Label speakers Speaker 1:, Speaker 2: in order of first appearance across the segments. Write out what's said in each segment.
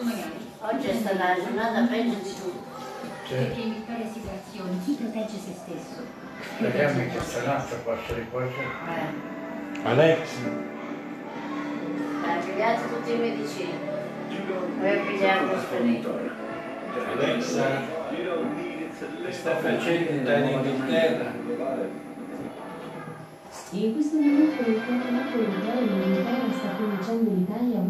Speaker 1: magari.
Speaker 2: Oggi è stata la giornata peggio di tutte.
Speaker 3: Cioè,
Speaker 4: Perché in tale situazione chi protegge se stesso?
Speaker 3: speriamo che quest'altro possa riposare.
Speaker 2: Eh,
Speaker 5: Alex,
Speaker 2: ha pigliato tutti i medicini. Poi ha pigliato l'ospedale.
Speaker 5: Alexa che sta facendo in Inghilterra?
Speaker 6: In questo momento il campionato mondiale in Inghilterra sta cominciando in Italia 1-0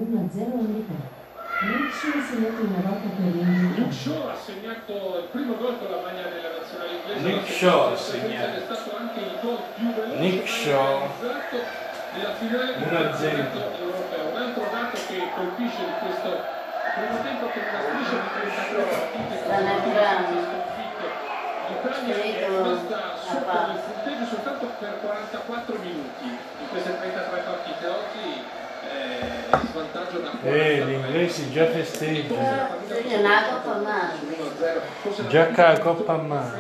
Speaker 6: all'Italia. Non ci ha segnato una volta per
Speaker 7: Luke
Speaker 6: l'Inghilterra.
Speaker 7: Shaw ha segnato il primo gol con la maglia della nazionale inglese.
Speaker 5: Luke
Speaker 7: La
Speaker 5: Shaw ha
Speaker 7: seconda
Speaker 5: segnato.
Speaker 7: ed È stato anche il gol più
Speaker 5: Luke
Speaker 7: veloce mai
Speaker 5: Shaw.
Speaker 7: realizzato nella finale del
Speaker 5: 1-0.
Speaker 7: campionato europeo. Un altro dato che colpisce di questo primo tempo che una striscia di 33 partite
Speaker 2: Sta lavorando.
Speaker 7: sconfitte. L'Ucraina è
Speaker 2: Credo
Speaker 7: rimasta
Speaker 2: a
Speaker 7: sotto
Speaker 2: parte.
Speaker 7: il punteggio soltanto per 44 minuti in queste 33 partite. Oggi eh, è in svantaggio da 40
Speaker 5: Eh, gli inglesi già festeggiano.
Speaker 2: Io nato con mano.
Speaker 5: Giacca la coppa a mano.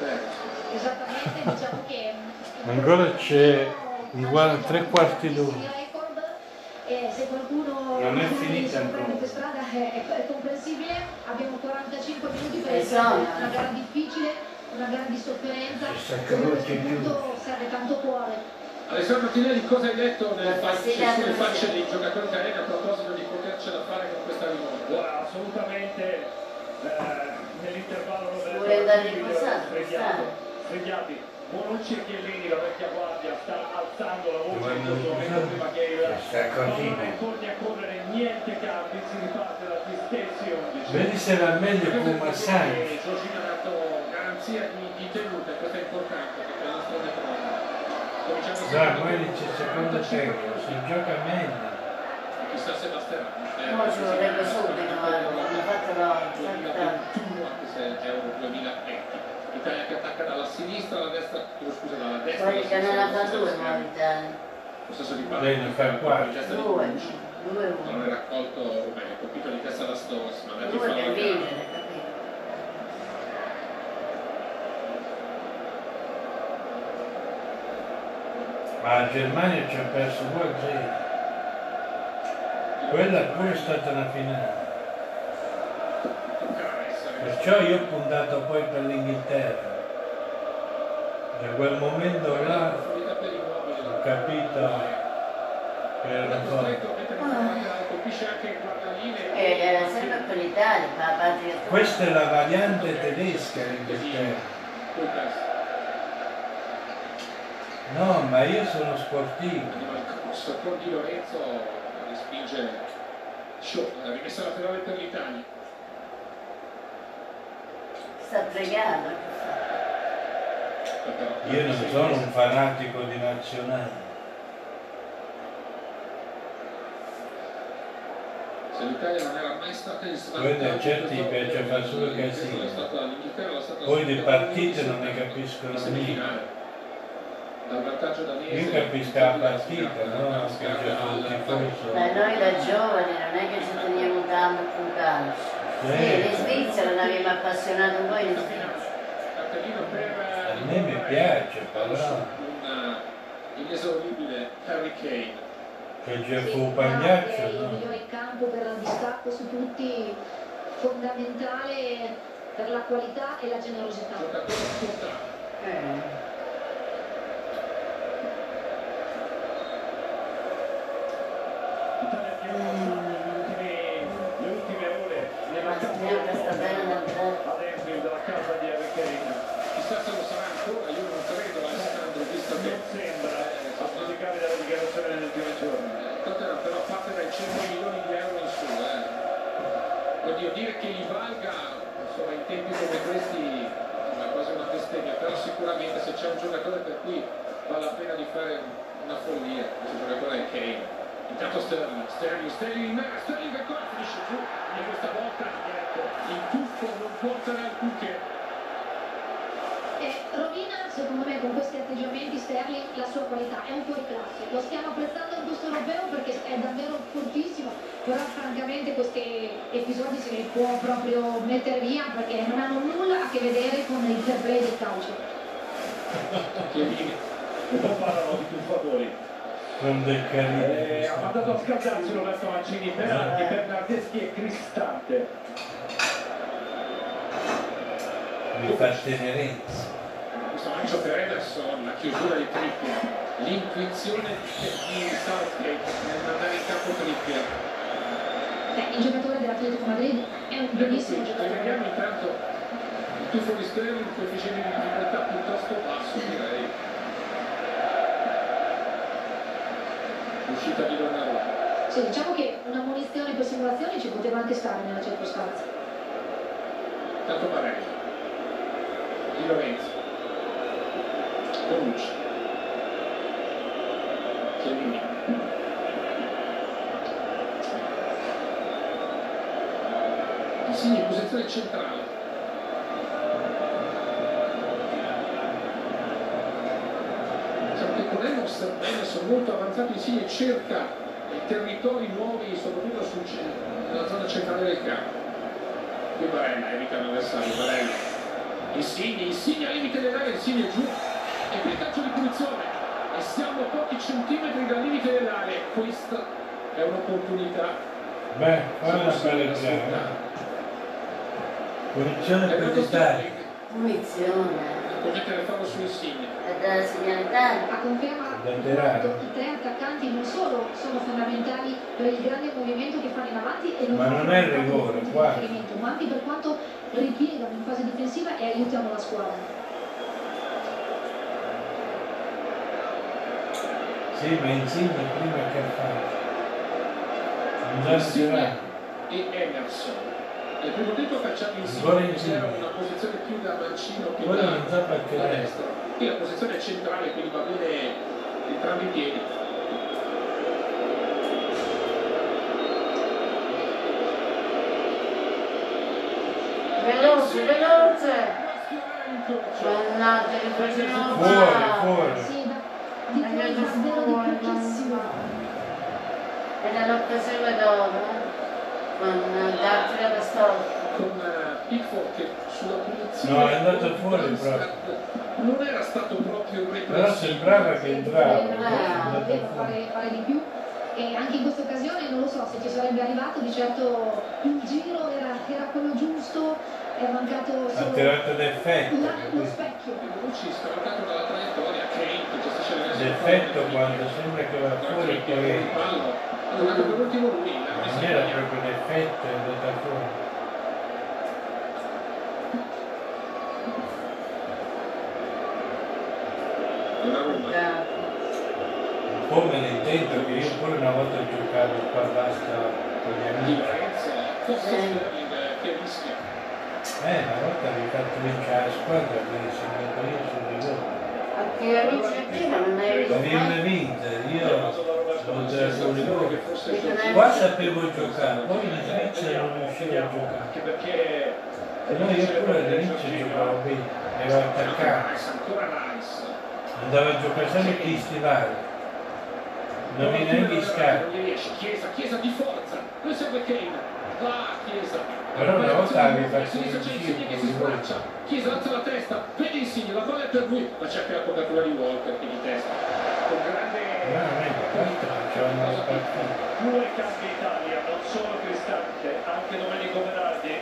Speaker 1: Esattamente, diciamo che...
Speaker 5: Ancora c'è uguale a tre quarti d'ora.
Speaker 1: Il record, eh, se qualcuno
Speaker 5: Non è finita
Speaker 1: si prende
Speaker 5: ancora.
Speaker 1: per strada è, è comprensibile, abbiamo 45 minuti per
Speaker 2: Esatto.
Speaker 1: una gara difficile, una gara di sofferenza,
Speaker 3: Ci sta
Speaker 1: dove a questo
Speaker 3: che non c'è
Speaker 1: punto serve tanto cuore.
Speaker 7: Alessandro Tinelli, cosa hai detto nelle
Speaker 2: La
Speaker 7: facce,
Speaker 2: sera
Speaker 7: sulle
Speaker 2: non
Speaker 7: facce
Speaker 2: c'è.
Speaker 7: dei giocatori italiani a proposito di potercela fare con questa rimonta?
Speaker 8: assolutamente eh, nell'intervallo Roberto
Speaker 2: Vuole andare
Speaker 8: Rubiglio,
Speaker 2: riposato,
Speaker 8: Fregiati, Fregiati, Bonucci e Chiellini la vecchia guardia sta alzando la voce in questo momento prima che il
Speaker 3: Sta così,
Speaker 8: Paolo torni a correre niente cambi si riparte da gli stessi 11
Speaker 5: Vedi se va meglio con Massaggi.
Speaker 7: Giorgina ha dato garanzia di, di tenuta, questo è importante perché la nostra difesa. Cominciamo
Speaker 5: Dai,
Speaker 7: secondo
Speaker 5: poi c'è
Speaker 7: tempo,
Speaker 5: il secondo
Speaker 7: 45
Speaker 5: tempo,
Speaker 7: minuti.
Speaker 5: si gioca meglio.
Speaker 7: Chissà se basterà. Eh,
Speaker 2: Ora ci vorrebbe subito, guarda, hanno fatto la volta.
Speaker 7: 2021, anche se è Euro 2020. L'Italia che attacca dalla sinistra alla destra, chiedo scusa, dalla destra alla
Speaker 2: Poi che non
Speaker 7: sinistra.
Speaker 2: la
Speaker 7: alla
Speaker 2: fa due,
Speaker 7: sinistra.
Speaker 2: ma l'Italia.
Speaker 7: Possesso di palla.
Speaker 5: Lei ne fa quattro.
Speaker 7: Gesta di
Speaker 2: Due,
Speaker 7: Bonucci.
Speaker 2: due
Speaker 7: Non è
Speaker 2: uno.
Speaker 7: raccolto Romeo, colpito di testa da Stones, ma andato in
Speaker 2: Due
Speaker 7: fallo
Speaker 2: per
Speaker 7: al
Speaker 2: vincere,
Speaker 7: campo.
Speaker 2: capito?
Speaker 5: Ma la Germania ci ha perso 2-0. Quella pure è stata una finale.
Speaker 7: Toccherà essere questo.
Speaker 5: Perciò io ho puntato poi per l'Inghilterra. Da quel momento là
Speaker 7: Profondità per Immobile.
Speaker 5: ho capito che era
Speaker 7: Da
Speaker 5: un po'.
Speaker 7: costretto a mettere in avanti, colpisce anche il guardalinee.
Speaker 2: Eh, era sempre per l'Italia, ma la patria tua.
Speaker 5: Questa è la variante tedesca l'Inghilterra.
Speaker 7: Col testo.
Speaker 5: No, ma io sono sportivo.
Speaker 7: Arriva il cross con Di Lorenzo respinge Shaw, la rimessa laterale per l'Italia.
Speaker 2: Sta pregando. che fa?
Speaker 5: Io non sono un fanatico di nazionale.
Speaker 7: Se l'Italia non era mai stata in
Speaker 5: Poi da certi
Speaker 7: questo-
Speaker 5: piace far solo casino.
Speaker 7: è stata l'Inghilterra, la stata
Speaker 5: Poi le
Speaker 7: la-
Speaker 5: partite non ne capiscono
Speaker 7: in
Speaker 5: niente.
Speaker 7: semifinale. Dal vantaggio danese.
Speaker 5: Io capisco la partita,
Speaker 7: Sgarra-
Speaker 5: no?
Speaker 7: Sgarra-
Speaker 5: Perché sono
Speaker 7: alla-
Speaker 5: tifoso.
Speaker 2: Ma noi da giovani non è che ci teniamo tanto con calcio. Sì,
Speaker 5: Certo,
Speaker 2: in Svizzera ne abbiamo appassionato un po' in Svizzera.
Speaker 7: Cartellino per eh,
Speaker 5: A me mi piace, però
Speaker 7: un inesauribile Harry Kane.
Speaker 5: che
Speaker 1: Sì,
Speaker 5: c'è fu
Speaker 1: è
Speaker 5: pagliaccio,
Speaker 1: il
Speaker 5: no?
Speaker 1: migliore in campo per il distacco su tutti, fondamentale per la qualità e la generosità.
Speaker 7: Giocatore scontato.
Speaker 2: Eh,
Speaker 8: Italia che ultime- le ultime ore
Speaker 2: Ma
Speaker 8: nella
Speaker 2: signora sta bene
Speaker 8: campo
Speaker 2: da andare.
Speaker 8: ad Enfield dalla casa di Harry Kane
Speaker 7: Chissà se lo sarà ancora, io non credo, Alessandro, visto che...
Speaker 8: non sembra a giudicare dalla dichiarazione del primo giorno
Speaker 7: Eh, Tottenham però parte dai 100 milioni di euro in su, eh. Oddio, dire che gli valga insomma, in tempi come questi è quasi una bestemmia, però sicuramente se c'è un giocatore per cui vale la pena di fare una follia, questo giocatore è Kane. Intanto Sterling, Sterling, Sterling, ma Sterling ancora finisce giù e questa volta ecco, il tuffo non porterà alcunché.
Speaker 1: E Eh, rovina, secondo me, con questi atteggiamenti Sterling la sua qualità, è un fuori classe. Lo stiamo apprezzando in questo europeo perché è davvero fortissimo, però francamente questi episodi se li può proprio mettere via perché non hanno nulla a che vedere con il fair play del calcio.
Speaker 7: Chiellini,
Speaker 8: e poi parlano di tuffatori
Speaker 5: Sono dei carini.
Speaker 8: Eh, ha mandato a scaldarsi Roberto Mancini Berardi, Bernardeschi e Cristante.
Speaker 5: Mi fa tenerezza.
Speaker 7: Questo lancio per Ederson, la chiusura di Trippier, l'intuizione di Southgate nel mandare in campo Trippier.
Speaker 1: Beh, il giocatore dell'Atletico Madrid è un bellissimo giocatore.
Speaker 7: Vediamo intanto il tuffo di Sterling, un coefficiente di difficoltà piuttosto basso direi. Uscita di Donnarumma.
Speaker 1: Sì, diciamo che una munizione per simulazione ci poteva anche stare nella circostanza.
Speaker 7: Tanto Barelli. Di Lorenzo. Bonucci. Chiellini. Insigne in posizione centrale. Diciamo che con Emos Ederson molto avanzato Insigne cerca i territori nuovi, soprattutto sul ce- nella zona centrale del campo. Qui Barella evita l'avversario, Barella. Insigne, Insigne al limite dell'area, Insigne giù. E qui calcio di punizione. E siamo a pochi centimetri dal limite dell'area. Questa è un'opportunità.
Speaker 5: Beh, guarda
Speaker 7: Siamo
Speaker 5: quale
Speaker 7: stati aspettati.
Speaker 5: gara. Punizione per l'Italia.
Speaker 2: Punizione,
Speaker 7: Potete farlo su Insigne.
Speaker 2: è da segnalare.
Speaker 1: A conferma di
Speaker 5: Laterale.
Speaker 1: quanto i tre attaccanti non solo sono fondamentali per il grande movimento che fanno in avanti e non
Speaker 5: Ma
Speaker 1: fanno
Speaker 5: non è il
Speaker 1: soltanto
Speaker 5: rigore,
Speaker 1: punti di
Speaker 5: guarda.
Speaker 1: riferimento, ma anche per quanto ripiegano in fase difensiva e aiutano la squadra.
Speaker 5: Sì, ma insieme prima che ha fatto. Non dà
Speaker 7: Insigne
Speaker 5: segnalare.
Speaker 7: e Emerson. Nel primo tempo ha cacciato
Speaker 5: Ora
Speaker 7: Insigne,
Speaker 5: Insigne.
Speaker 7: era una posizione più da mancino che
Speaker 5: Ora
Speaker 7: da,
Speaker 5: non sa perché
Speaker 7: da
Speaker 5: lei.
Speaker 7: destra. Qui la posizione è centrale, quindi va bene entrambi i piedi.
Speaker 2: Veloce, veloce!
Speaker 7: Sfiorato.
Speaker 2: Mannaggia, che facciamo
Speaker 5: Fuori, fuori.
Speaker 1: Sì, da- di
Speaker 2: Ma
Speaker 1: quella
Speaker 2: che
Speaker 1: davvero
Speaker 2: fuori,
Speaker 1: di pochissimo.
Speaker 2: Era l'occasione d'oro. Con darti la storia.
Speaker 7: con eh, Pickford che sulla punizione
Speaker 5: No, è andato
Speaker 7: con
Speaker 5: fuori
Speaker 7: Brandstad non era stato proprio il
Speaker 5: Però sembrava che entrava.
Speaker 1: Eh, non
Speaker 5: invece è
Speaker 1: era-
Speaker 5: andata
Speaker 1: doveva
Speaker 5: fuori.
Speaker 1: fare, fare di più e anche in questa occasione non lo so se ci sarebbe arrivato di certo il giro era, era quello giusto è mancato
Speaker 5: Ha
Speaker 1: solo
Speaker 5: tirato d'effetto.
Speaker 1: la- lo
Speaker 5: capito?
Speaker 1: specchio
Speaker 7: Lucci scavalcato dalla traiettoria Kane che gestisce le messe
Speaker 5: L'effetto quando sembra che va fuori poi
Speaker 7: il
Speaker 5: entra.
Speaker 7: pallo ha giocato per l'ultimo lui l'ha
Speaker 5: Non
Speaker 7: messa
Speaker 5: era
Speaker 7: in
Speaker 5: proprio l'effetto, è andata fuori.
Speaker 7: una Roma
Speaker 5: Come nel dentro che io pure una volta giocavo qua basta con gli
Speaker 7: di
Speaker 5: amici.
Speaker 7: Lorenzo Costa
Speaker 2: Sì.
Speaker 7: Sterling eh, che rischia
Speaker 5: Eh, una volta mi fatto vincere la squadra perché sono andato io sul rigore.
Speaker 2: Anche amici di prima non hai
Speaker 5: L'avevo
Speaker 2: visto.
Speaker 5: vinta, io ho già sul
Speaker 7: che
Speaker 5: rigore.
Speaker 7: forse
Speaker 2: Dicono
Speaker 7: è
Speaker 5: Qua sapevo giocare, poi in Svizzera non riuscivo a giocare.
Speaker 8: Anche perché
Speaker 5: Se no io pure all'inizio giocavo bene, ero attaccato,
Speaker 7: Rice, ancora Rice
Speaker 5: andavo a giocare sempre con gli stivali. Non mi neanche scarpe.
Speaker 7: Non gli riesce. Chiesa, Chiesa di forza. Lui segue Kane. Va Chiesa.
Speaker 5: Però una volta mi
Speaker 7: a
Speaker 5: faccio
Speaker 7: sinistra c'è
Speaker 5: il
Speaker 7: Insigne che
Speaker 5: giro,
Speaker 7: si
Speaker 5: il gol.
Speaker 7: sbraccia. Chiesa alza la testa. Vede Insigne, la palla è per lui. Ma c'è anche la copertura di Walker che di testa.
Speaker 8: con grande
Speaker 5: Veramente, quanto facevano le partite.
Speaker 8: due cambi Italia, non solo Cristante, anche Domenico Berardi,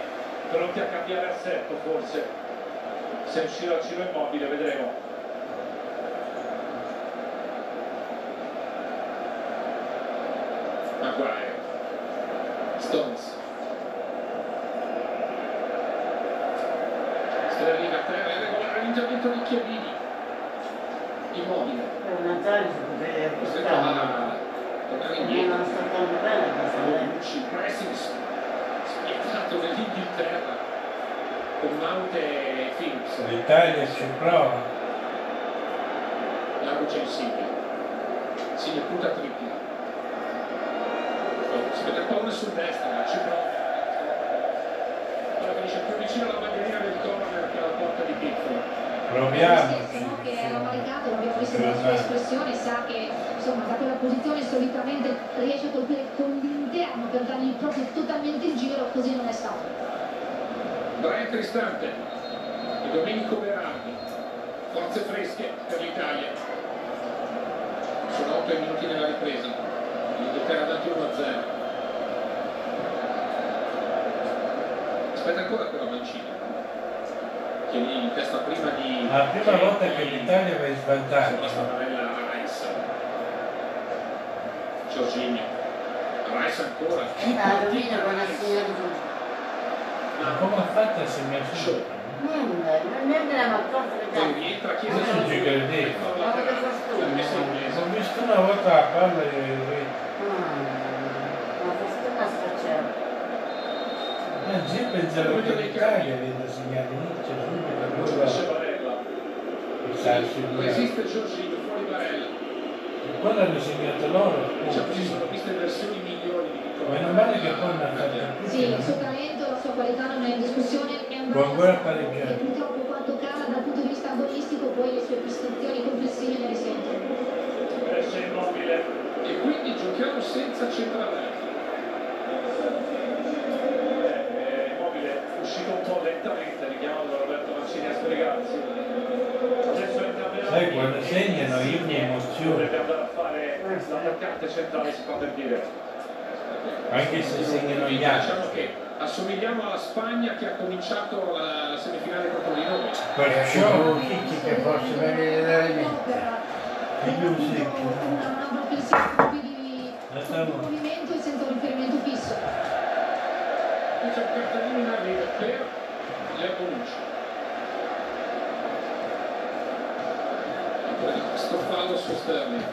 Speaker 8: pronti a cambiare assetto forse. Se uscirà il Ciro Immobile vedremo.
Speaker 7: Maguire. Stones. Sterling a terra. Irregolare l'intervento di Chiellini. Immobile.
Speaker 2: Non togli,
Speaker 7: Questo è tornare indietro.
Speaker 2: Non sto tanto bene questa lei.
Speaker 7: Bonucci, pressing spiazzato dell'Inghilterra con Mount e Phillips
Speaker 5: L'Italia ci prova.
Speaker 7: largo c'è Insigne Insigne punta a tripla Oh, si vede il pallone sul destro ma ci prova Ora finisce più vicino alla bandierina del corner che alla porta di Pickford
Speaker 5: Proviamo.
Speaker 1: Stesso, no, che era valicato l'abbiamo visto dalla sua espressione sa che insomma da quella posizione solitamente riesce a colpire con l'interno per dargli il proprio totalmente in giro così non è stato
Speaker 7: Brian Cristante e Domenico Berardi forze fresche per l'Italia sono 8 minuti nella ripresa. L'Inghilterra dato 1-0. Aspetta ancora quella mancina. Che lì in testa prima di.
Speaker 5: La prima volta che l'Italia va in
Speaker 7: Sulla
Speaker 5: svantaggio.
Speaker 7: stamarella Rice. Giorginio. Rice
Speaker 2: La
Speaker 7: ancora.
Speaker 2: rovina con la signora.
Speaker 5: Ma come ha fatto se mi ha scelto?
Speaker 2: Guarda, non ne abbiamo accorto che
Speaker 7: Poi
Speaker 2: tanto.
Speaker 7: rientra Chiesa
Speaker 5: Non
Speaker 7: sul
Speaker 5: ci
Speaker 7: giro.
Speaker 5: credevo.
Speaker 2: Ma che fortuna.
Speaker 5: Ho visto una volta la palla e
Speaker 2: Ah, Ma fortuna sfacciata.
Speaker 5: la zip è zero che l'Italia viene segnato, non c'è subito la
Speaker 8: Giudice
Speaker 5: curva
Speaker 8: Barella,
Speaker 5: di calcio in mezzo.
Speaker 7: Resiste Giorginio fuori Barella.
Speaker 5: E Quando hanno segnato loro,
Speaker 7: Diciamo ci sono
Speaker 5: punti.
Speaker 7: viste versioni migliori di Nicolò.
Speaker 5: Meno male che poi hanno fatto
Speaker 1: Sì, il suo
Speaker 5: tutti.
Speaker 1: talento, la sua qualità non è in discussione, è un
Speaker 5: Può ancora
Speaker 1: ragazzo
Speaker 5: pareggiare.
Speaker 1: che purtroppo quanto cala dal punto di vista agonistico poi le sue prestazioni complessive ne risentono.
Speaker 8: cresce immobile,
Speaker 7: E quindi giochiamo senza centravanti.
Speaker 8: eh, immobile, uscito un po' lentamente, richiamato da Roberto Mancini a sbrigarsi. Adesso entra
Speaker 5: Sai, quando segnano io mi emoziono,
Speaker 8: Dovrebbe andare a fare l'attaccante centrale, si fa per dire.
Speaker 5: anche se segnano gli
Speaker 7: Diciamo
Speaker 5: altri.
Speaker 7: che assomigliamo alla Spagna che ha cominciato la, la semifinale contro di noi.
Speaker 3: Perciò chi Oh, che possa venire da lì.
Speaker 1: Io
Speaker 3: Io sì.
Speaker 1: Una propensione di di movimento e senza un riferimento fisso.
Speaker 7: Qui c'è un cartellino in arrivo per Leo Bonucci. Ancora Sto fallo su Sterling.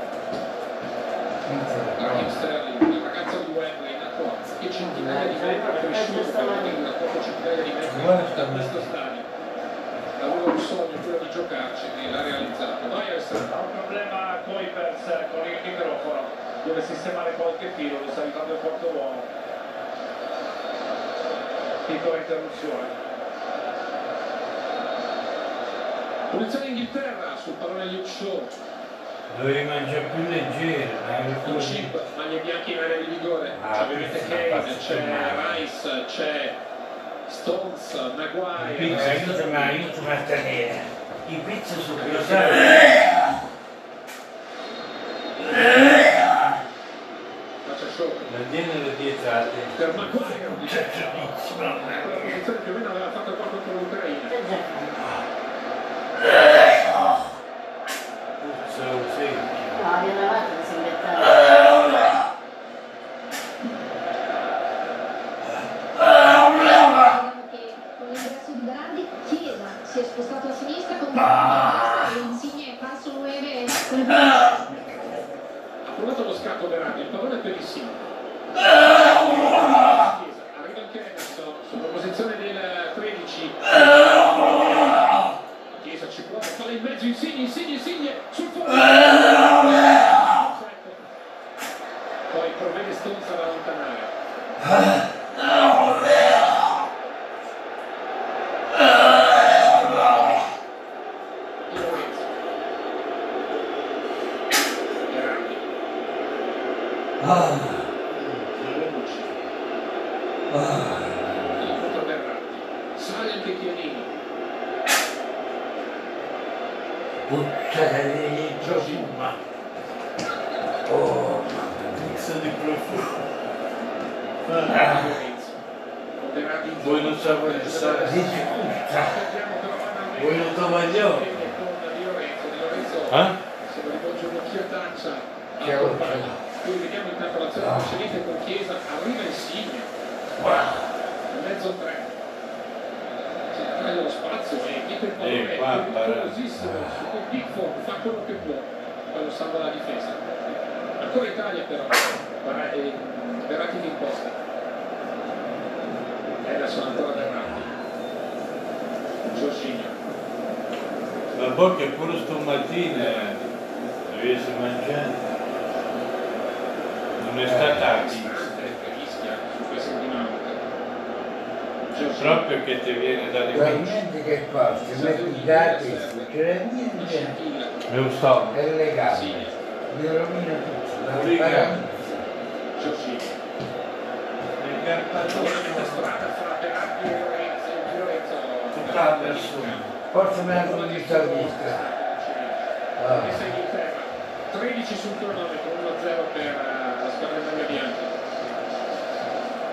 Speaker 7: Raheem Sterling, il ragazzo di Wembley, nato a che centinaia di metri, cresciuto per una poco centinaia di metri da questo stadio. Aveva un sogno, quello di giocarci, e l'ha realizzato. Vai
Speaker 8: Ha
Speaker 7: Alessandro.
Speaker 8: un problema Kuipers eh, con il microfono, deve sistemare qualche tiro, lo sta aiutando il quarto uomo. Piccola interruzione.
Speaker 7: Punizione Inghilterra sul pallone di Shaw.
Speaker 5: Dovevi mangiare più leggero, dai, le
Speaker 7: Con
Speaker 5: cose.
Speaker 7: Chip, maglie bianche in area di vigore,
Speaker 5: Ah,
Speaker 7: c'è ovviamente
Speaker 5: questa è una
Speaker 7: Kane, c'è
Speaker 5: pazzia.
Speaker 7: Rice, c'è Stones, Maguire,
Speaker 5: Pizza,
Speaker 7: Rice,
Speaker 5: aiutami, aiutami a tenere. I pizza sono più
Speaker 7: ma c'è Shaw.
Speaker 5: La tiene le pietate.
Speaker 7: Per Maguire, la posizione più o meno aveva fatto qua contro l'Ucraina.
Speaker 2: Che già fa?
Speaker 5: Sono secchi.
Speaker 2: No, viene avanti, non si inventa.
Speaker 1: Vediamo che con l'ingresso di Berardi Chiesa si è spostato a sinistra con e Insigne è falso 9 con il
Speaker 7: Ha provato lo scatto Verratti, il pallone è bellissimo. Chiesa, Arriva anche Emerson, sulla posizione del 13. Chiesa ci prova, palla in mezzo, insigne, insigne, insigne, sul fondo. Poi provvede Stonza ad allontanare. Di Lorenzo. Verratti. Bonucci. Incontro Berratti. Sale il vecchianino.
Speaker 3: Puttana di Giosumma. Oh,
Speaker 5: Pizza di profumo.
Speaker 7: Lorenzo. Berratti.
Speaker 5: Voi non sapete stare.
Speaker 3: dici puzza.
Speaker 7: Perdiamo però Van
Speaker 5: Voi non tovaglioni.
Speaker 7: Bene con Di Lorenzo. Di Lorenzo
Speaker 5: Eh?
Speaker 7: se lo rivolge un'occhiataccia.
Speaker 3: Che
Speaker 7: accompagna.
Speaker 3: occhio.
Speaker 7: Qui vediamo intanto
Speaker 5: Ah.
Speaker 7: l'azione precedente con Chiesa. Arriva il segno. Mezzo tre. Si taglia lo spazio e mette il pallone.
Speaker 5: Eh, Ah. qua,
Speaker 7: È pericolosissimo. Su cui Pickford fa quello che può. Poi lo salva la difesa. Ancora Italia però. Bar- eh, Berratti di imposta. E adesso ancora Berratti. Giorginio.
Speaker 5: La bocca è pure eh. stomatina. Riesce a mangiare. Non è
Speaker 7: Eh,
Speaker 5: stata pizza.
Speaker 7: rischia su questa dinamica. Giorginio.
Speaker 5: Proprio che ti viene dalle pizze.
Speaker 3: Veramente che parte, metti i dati, non c'è niente.
Speaker 7: Giorginio.
Speaker 5: Lo so.
Speaker 3: È legale.
Speaker 7: Sì.
Speaker 3: Mi rovina tutto. La
Speaker 5: Riga.
Speaker 3: paranza.
Speaker 7: Giorginio.
Speaker 5: Le
Speaker 7: Ancora metà
Speaker 5: carpature.
Speaker 7: strada fra Berardi e Lorenzo. Lorenzo.
Speaker 5: Tutta la persona.
Speaker 3: Forse me la
Speaker 7: Ancora
Speaker 3: sono
Speaker 7: di
Speaker 3: vista vista.
Speaker 7: Giorginio.
Speaker 3: Ah.
Speaker 7: Messa in terra. 13 sul cronometro, 1-0 per eh, la squadra della bianca.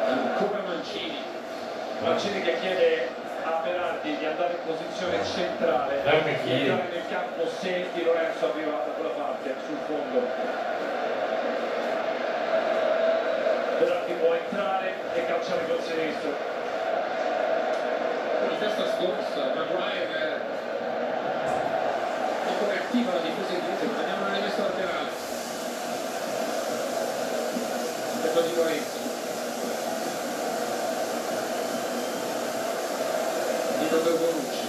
Speaker 7: Ancora Mancini.
Speaker 8: Mancini che chiede a Berardi di andare in posizione centrale
Speaker 5: Dammi chi.
Speaker 8: di entrare nel campo se Di Lorenzo arriva da quella parte sul fondo Berardi può entrare e calciare col sinistro
Speaker 7: Con la testa scorsa, Maguire eh, poco reattiva la difesa inglese, ma abbiamo una rimessa laterale. Aspetta di Lorenzo. Dico per Bonucci.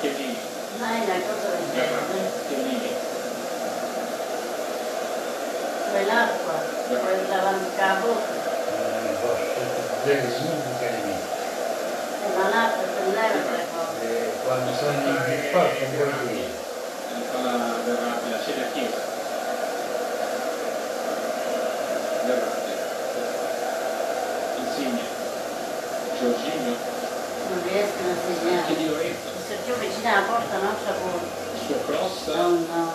Speaker 7: Chiellini.
Speaker 2: Ma è una cosa del genere.
Speaker 7: Chiellini.
Speaker 2: Quell'acqua, quel davanticapo, ma l'acqua quell'erba è proprio.
Speaker 3: Quando sono in porto vuol dire.
Speaker 7: la palla Verratti, la sceglie a Chiesa. Verratti. Insigne. Giorginio.
Speaker 2: Non riescono a
Speaker 7: Anche di
Speaker 2: segnare.
Speaker 7: Lorenzo.
Speaker 2: Se più vicino alla porta non c'è porta.
Speaker 7: Il suo cross.
Speaker 2: Non, non,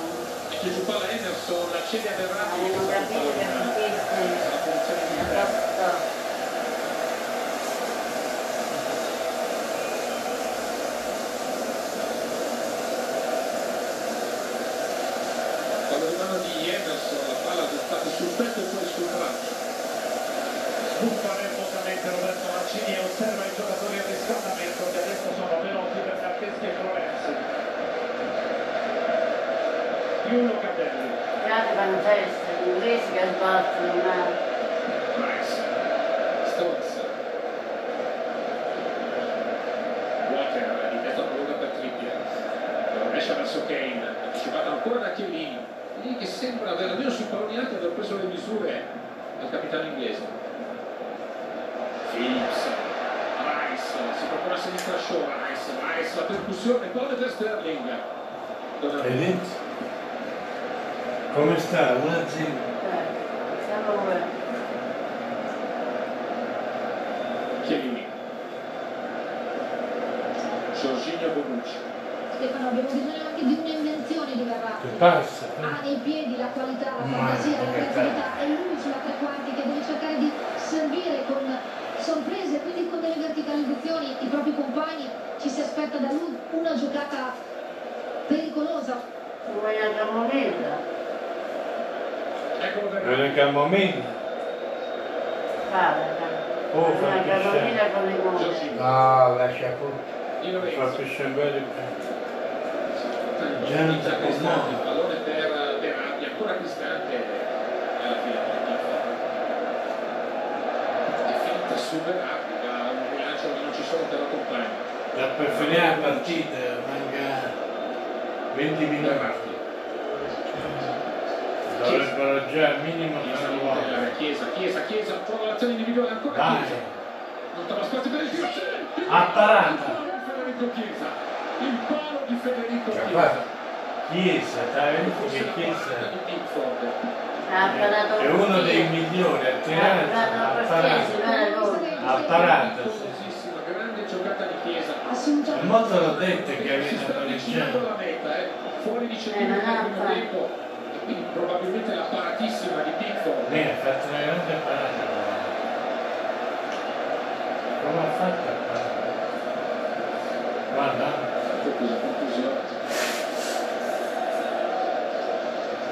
Speaker 7: Che su palla Ederson, la sceglie a Verratti.
Speaker 2: non capisco che conquiste.
Speaker 7: La posizione di
Speaker 2: È un
Speaker 7: Verratti.
Speaker 2: po'
Speaker 7: Quando arrivano di Ederson, la palla è stata sul petto e poi sul braccio.
Speaker 8: Sbuffa nervosamente Roberto Mancini e osserva i giocatori a riscaldamento che adesso sono veloci per Franceschi e Florenzi Juno Capelli
Speaker 2: grande pancetta, gli inglesi che sbattono, ma
Speaker 7: Rice. Stones. Walker, ripeto la lunga per Trippier. Non riesce verso Kane. Anticipata ancora da Chiellini. Lì che sembra aver almeno sui palloni alti aver preso le misure al capitano inglese. Phillips. Rice. Si propone a sinistra Shaw. Rice. Rice. La percussione. Gol per Sterling. Donnarumma.
Speaker 5: Vedete? Come sta? 1-0.
Speaker 2: eh, siamo ora.
Speaker 7: Chiellini. Giorginio Bonucci.
Speaker 1: Stefano, abbiamo bisogno anche di un'invenzione di
Speaker 5: Che
Speaker 1: Verratti.
Speaker 5: passa?
Speaker 1: ha nei piedi la qualità, la
Speaker 5: Ma-
Speaker 1: fantasia, la
Speaker 5: che
Speaker 1: creatività, è lui sulla tre quarti che deve cercare di servire con sorprese, quindi con delle verticalizzazioni i propri compagni, ci si aspetta da lui una giocata pericolosa,
Speaker 2: Tu vuoi anche a momento?
Speaker 5: Non
Speaker 7: Eccolo Verratti.
Speaker 5: è che al momento.
Speaker 2: Fare, dai.
Speaker 5: Oh,
Speaker 2: Vuoi anche a
Speaker 5: Francesco.
Speaker 2: momento con le
Speaker 7: Giorginio.
Speaker 2: mura.
Speaker 3: No, lascia pure.
Speaker 7: Di
Speaker 5: Mi fa
Speaker 7: Lorenzo.
Speaker 5: più sembrare il
Speaker 7: Gianni Cristante, il pallone per Berardi, ancora Cristante alla fine E finta su Berardi, da un bilancio che non ci sono per accompagnare.
Speaker 5: Da per finire la partita manca 20 minuti.
Speaker 7: Berardi,
Speaker 5: Dovrebbero già minimo
Speaker 7: in
Speaker 5: 3
Speaker 7: salita della
Speaker 5: volte.
Speaker 7: Chiesa, Chiesa, Chiesa, trova l'azione individuale ancora
Speaker 5: Dai,
Speaker 7: Chiesa. Non trova spazio per il tiro, sì!
Speaker 5: A Taranta.
Speaker 7: Ancora Federico Chiesa, il palo di Federico
Speaker 3: Che ha
Speaker 7: Chiesa.
Speaker 3: fatto?
Speaker 5: Chiesa, dai, vedi
Speaker 7: Forse
Speaker 5: che
Speaker 7: la parata
Speaker 5: Chiesa
Speaker 7: di Pickford.
Speaker 2: Ha parlato
Speaker 5: è uno dei migliori a Tirana, a Taranto. Atalanta, sì.
Speaker 7: Famosissima, grande giocata di Chiesa.
Speaker 5: Il
Speaker 1: assolutamente.
Speaker 5: modo l'ho detto che
Speaker 7: si
Speaker 5: avete
Speaker 7: sta avvicinando
Speaker 5: pareggiato.
Speaker 7: la meta, eh, fuori di
Speaker 2: Eh, ma
Speaker 7: centimetri
Speaker 2: no,
Speaker 7: di primo
Speaker 2: fa-
Speaker 7: tempo, e quindi probabilmente la paratissima di Pickford.
Speaker 5: Lei ha fatto una grande parata. Come ha fatto a parare? Guarda,
Speaker 7: Scusa, confusione.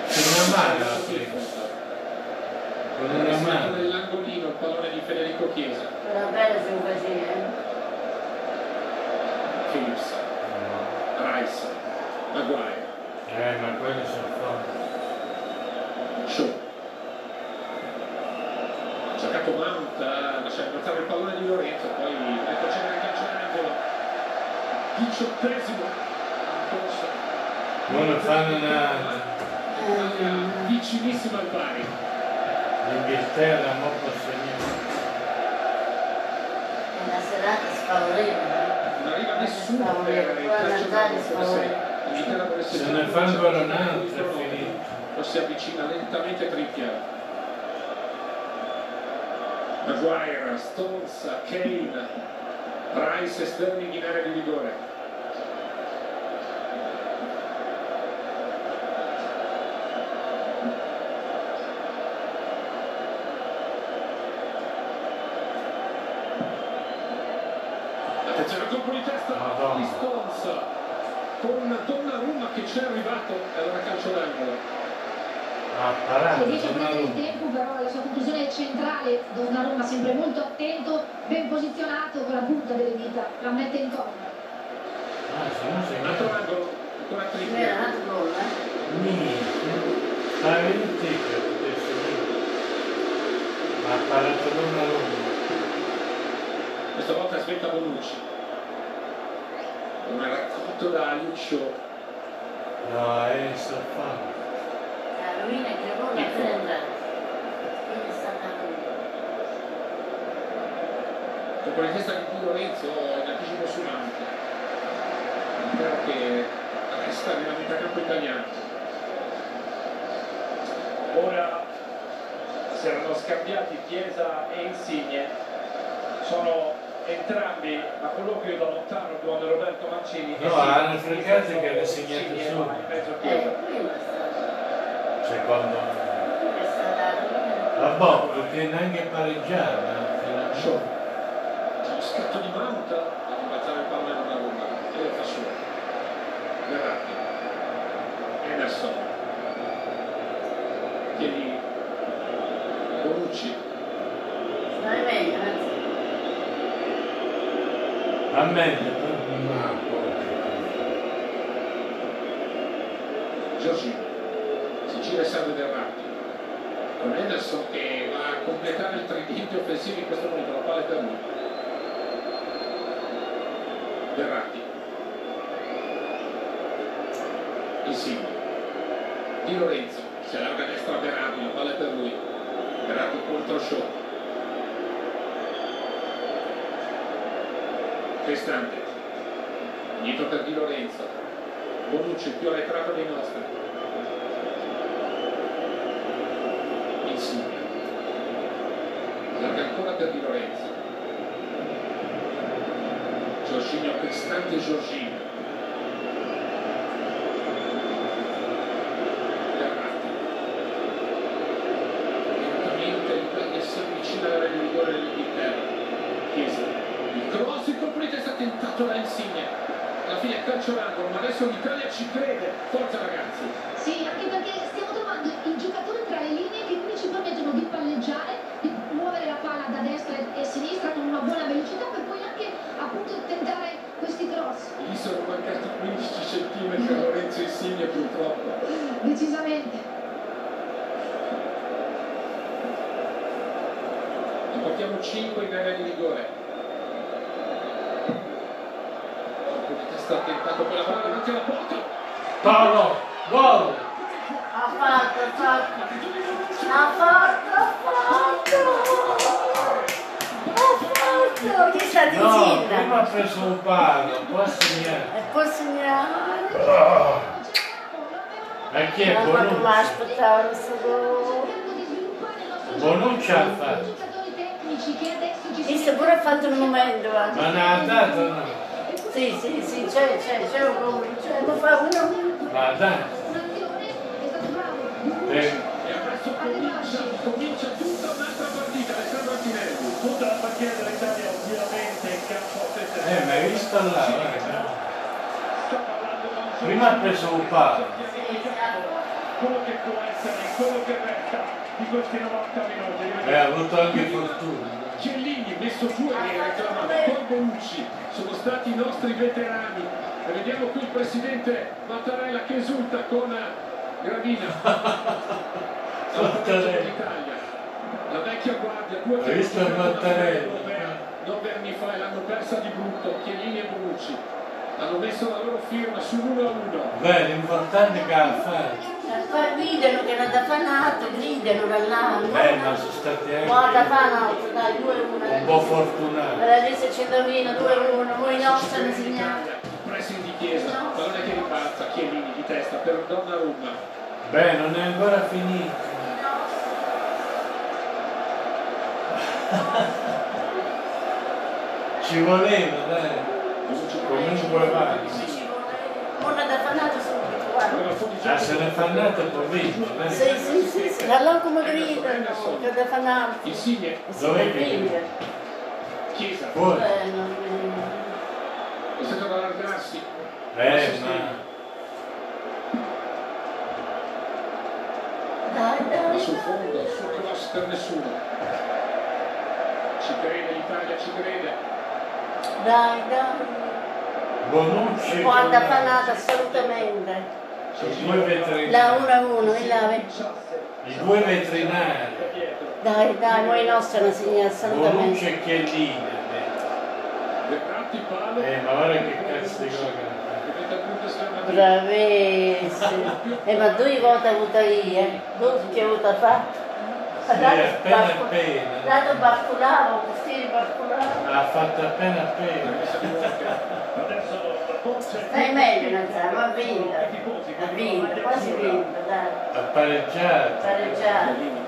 Speaker 5: c'è una mano la presa,
Speaker 7: Pickford.
Speaker 5: Ah, con una
Speaker 7: Restando
Speaker 5: mano.
Speaker 7: nell'angolino il pallone di Federico Chiesa.
Speaker 2: Sono belle sono così, eh.
Speaker 7: Phillips, Rice, Maguire,
Speaker 5: Eh, ma quelli sono forti.
Speaker 7: Shaw. Ha cercato Mount, eh, lasciare passare il pallone di Lorenzo, poi retrocede il calcio in angolo. Diciottesimo. Forse.
Speaker 5: Ora fanno una...
Speaker 7: Eh, vicinissimo al pari
Speaker 5: L'Inghilterra mo può segnare.
Speaker 2: È una serata sfavorevole.
Speaker 7: non arriva nessuno
Speaker 2: Stavo
Speaker 7: per
Speaker 2: lì,
Speaker 7: il
Speaker 2: guarda,
Speaker 7: calcio
Speaker 2: dai,
Speaker 7: d'angolo,
Speaker 2: stavo
Speaker 7: se
Speaker 2: lì.
Speaker 7: l'Inghilterra volesse
Speaker 5: Se ne fa ancora un altro è finito.
Speaker 7: lo si avvicina lentamente a Trippier Maguire, Stones, Kane Rice e Sterling in area di rigore colpo di testa
Speaker 5: Madonna.
Speaker 7: di Stones con Donnarumma che c'è arrivato e allora calcio d'angolo.
Speaker 5: Ah,
Speaker 1: Che
Speaker 5: parata,
Speaker 1: riesce a prendere il
Speaker 5: Donnarumma.
Speaker 1: tempo però la sua conclusione è centrale, Donnarumma sempre molto attento, ben posizionato con la punta delle dita, la mette in corner.
Speaker 5: Ah, se no sei
Speaker 7: Altro
Speaker 5: andato.
Speaker 7: angolo, ancora
Speaker 2: Ci vuole un
Speaker 7: tripla.
Speaker 2: altro gol, eh?
Speaker 5: Niente. Stava in tigre, adesso niente. Ma ha parato Donnarumma.
Speaker 7: Questa volta aspetta Bonucci. Un raccolto da Lucio.
Speaker 5: No, è soffato.
Speaker 2: La rovina che gol la prende. Quindi è stata lui.
Speaker 7: Con quella testa di Di Lorenzo in anticipo su Manca. Però che resta nella metà campo italiana.
Speaker 8: Ora si erano scambiati Chiesa e Insigne, sono entrambi a colloquio da lontano con Roberto Mancini.
Speaker 5: No,
Speaker 8: Insigne
Speaker 5: hanno fregato
Speaker 8: in mezzo
Speaker 5: che aveva
Speaker 8: Insigne
Speaker 5: segnato
Speaker 8: va
Speaker 5: subito.
Speaker 8: in mezzo a Chiesa.
Speaker 2: Eh, quella è stata.
Speaker 5: Secondo me.
Speaker 2: Quella è stata la rovina.
Speaker 5: La boh, perché neanche eh. pareggiare. alla fine.
Speaker 7: Lucio. C'è uno scatto di Manta a rimbalzare il palla in una gomma. E lo fa solo. Verratti. Ederson. Chiedi. Bonucci.
Speaker 2: Non è meglio, anzi.
Speaker 5: A meglio, proprio.
Speaker 3: Ma poi...
Speaker 7: Giorgino. Si gira e salve Verratti. Con Ederson che va a completare il tridente offensivo in questo momento. La palla è per lui. Verratti. Insigne. Di Lorenzo. Si allarga a destra a Berardi. La palla è per lui. Berardi contro Shaw. Cristante. Dietro per Di Lorenzo. Bonucci più arretrato dei nostri. Insigne. Allarga ancora per Di Lorenzo. Giorginio Cristante e Giorginio. Ferrati. Lentamente l'Italia si avvicina alla rigore dell'Inghilterra. Chiesa. Il cross, il colpo di testa tentato da Insigne. Alla fine calcio d'angolo, ma adesso l'Italia ci crede. Forza ragazzi.
Speaker 1: Sì, anche perché stiamo trovando i giocatori tra le linee che quindi ci permettono di palleggiare, di muovere la palla da destra e a sinistra con una buona velocità per poi anche appunto tentare questi cross.
Speaker 7: Lì sono mancati 15 centimetri a Lorenzo Insigne purtroppo.
Speaker 1: Decisamente.
Speaker 7: Portiamo 5 in area di rigore. Colpo di testa tentato per la palla davanti alla porta.
Speaker 5: Paolo, gol!
Speaker 2: Ha fatto, ha fatto. Ha fatto, ha fatto. Ha fatto. Chi sta
Speaker 5: No,
Speaker 2: dicendo?
Speaker 5: prima ha preso un palo, poi ha segnato.
Speaker 2: E poi segnare.
Speaker 5: Ma chi è
Speaker 2: Ma quando mi
Speaker 5: Bonucci?
Speaker 2: aspettavo questo gol.
Speaker 5: Bonucci ha fatto.
Speaker 2: Visto pure ha fatto un momento, guarda.
Speaker 5: Ma ne ha dato o no?
Speaker 2: Sì, sì, sì, c'è, c'è, c'è un gol. C'è, lo fa uno.
Speaker 5: Ma dai, eh,
Speaker 7: E adesso comincia, comincia tutta un'altra partita. Alessandro Antinelli.
Speaker 8: Tutta la partita dell'Italia ovviamente in campo a testa.
Speaker 5: eh, ma hai visto là, guarda. Prima ha preso un palo.
Speaker 8: Quello che può essere, quello che resta di questi 90 minuti.
Speaker 5: E Eh, ha avuto anche fortuna.
Speaker 7: Chiellini messo giù e viene reclamato. Poi Bonucci. Sono stati i nostri veterani. E vediamo qui il presidente Mattarella che esulta con Gravina.
Speaker 5: Mattarella.
Speaker 7: l'Italia. La vecchia guardia, due
Speaker 5: Hai visto il Mattarella?
Speaker 7: Nove anni fa e l'hanno persa di brutto, Chiellini e Bonucci. Hanno messo la loro firma sull'1-1.
Speaker 5: Beh, l'importante è che ha fatto.
Speaker 2: Poi gridano che non da fa nato, gridano da là.
Speaker 5: Eh, ma sono stati
Speaker 2: Guarda,
Speaker 5: anche
Speaker 2: fa nato, dai, due
Speaker 5: un po'
Speaker 2: uno.
Speaker 5: fortunati.
Speaker 2: Per adesso ci indovina, due uno, poi no, stanno segnando.
Speaker 7: Pressing di Chiesa, pallone che rimbalza, Chiellini di testa per Donnarumma.
Speaker 5: Beh, non è ancora finito. Ci voleva, dai. Comunque va.
Speaker 2: Una da fanato subito, guarda.
Speaker 5: Ah, se ne fa andata può vincere. eh.
Speaker 2: Sì, sì, sì, sì. Allora come gridano, che da fanato.
Speaker 7: Insigne,
Speaker 2: Sì,
Speaker 5: Dov'è che
Speaker 2: grida.
Speaker 7: Chiesa,
Speaker 5: Poi,
Speaker 2: Eh, non-
Speaker 7: è stato ad allargarsi
Speaker 5: Eh, ma...
Speaker 7: ma sul fondo, sul cross per nessuno ci crede l'Italia, ci crede
Speaker 2: Dai, dai.
Speaker 5: Bonucci...
Speaker 2: Guarda, pallata assolutamente.
Speaker 5: I due veterinari.
Speaker 2: La 1-1, il lave.
Speaker 5: I due veterinari.
Speaker 2: Dai, dai, noi nostra non segna assolutamente.
Speaker 5: Bonucci eh. e Chiellini. ha detto.
Speaker 7: Verratti palo
Speaker 5: Eh, ma guarda che cazzo di gol che ha fatto.
Speaker 7: diventa punto estremamente
Speaker 2: Bravissimo. E Eh, ma due volte ha avuto io, eh. Due che ho avuto fatto. Ha
Speaker 5: Sì,
Speaker 2: dato
Speaker 5: appena
Speaker 2: bascu-
Speaker 5: appena.
Speaker 2: Dato basculavo, così basculavo.
Speaker 5: L'ha fatta appena appena.
Speaker 8: Adesso la concia.
Speaker 2: Dai Eh, meglio, Nanzano, ha vinto. Ha vinto, quasi vinto, dai.
Speaker 5: Ha pareggiato.
Speaker 2: Pareggiato.
Speaker 7: Chiellini,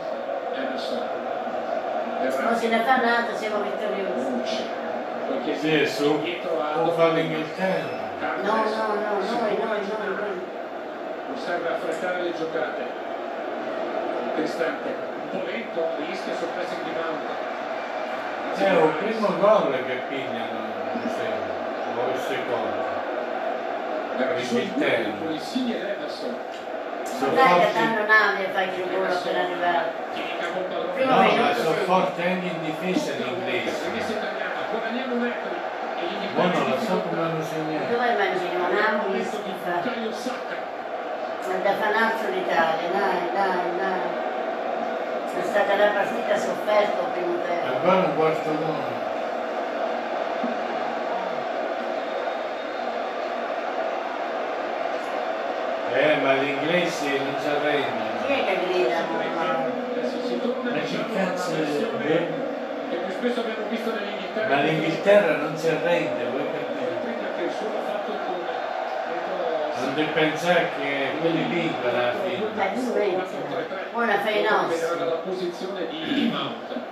Speaker 7: Emerson
Speaker 2: Non
Speaker 7: Verratti,
Speaker 2: se ne fa nata, siamo vittoriosi.
Speaker 7: Bonucci perché
Speaker 5: Sì, su.
Speaker 7: dietro a
Speaker 5: Lo fa l'Inghilterra.
Speaker 7: Carles.
Speaker 2: No, no, no, noi, noi, noi, noi.
Speaker 7: Non serve affrettare le giocate. Cristante, un po' lento, rischia sorpresa di mano.
Speaker 5: Cioè, È un primo gol che pigliano, mi sembra. O il secondo. Inghilterra.
Speaker 7: Polizia ed Emerson.
Speaker 5: Sono
Speaker 2: Dai che
Speaker 5: forti.
Speaker 2: tanto nave fai che buono per arrivare.
Speaker 7: Che mica con pallone.
Speaker 2: Primo
Speaker 5: No, ma
Speaker 2: minuto,
Speaker 5: sono
Speaker 2: sì.
Speaker 5: forti anche in difesa gli
Speaker 7: Rimessa
Speaker 5: inglesi.
Speaker 7: italiana, guadagnano metri. E gli
Speaker 5: Mo non lo so come hanno segnato.
Speaker 2: Dove mangino? Napoli, che si fa?
Speaker 7: Caio Sacca.
Speaker 2: Ma da fanazzo l'Italia, dai, dai, dai. È stata una partita sofferta al primo tempo.
Speaker 5: Ancora un quarto d'ora. Eh, ma gli inglesi non ci arrendono.
Speaker 2: Chi è che grida? mamma?
Speaker 7: Adesso si torna
Speaker 5: Ma che
Speaker 7: diciamo,
Speaker 5: cazzo
Speaker 7: una versione
Speaker 5: è?
Speaker 7: Che più spesso abbiamo visto nell'Inghilterra.
Speaker 5: Ma l'Inghilterra non si arrende, vuoi capire?
Speaker 7: Prima che il suo l'ha fatto con... dentro-
Speaker 5: Non devi pensare che quelli vincono alla fine.
Speaker 2: Beh, smettila. Buona fai i nostri.
Speaker 7: Era la posizione di Mount.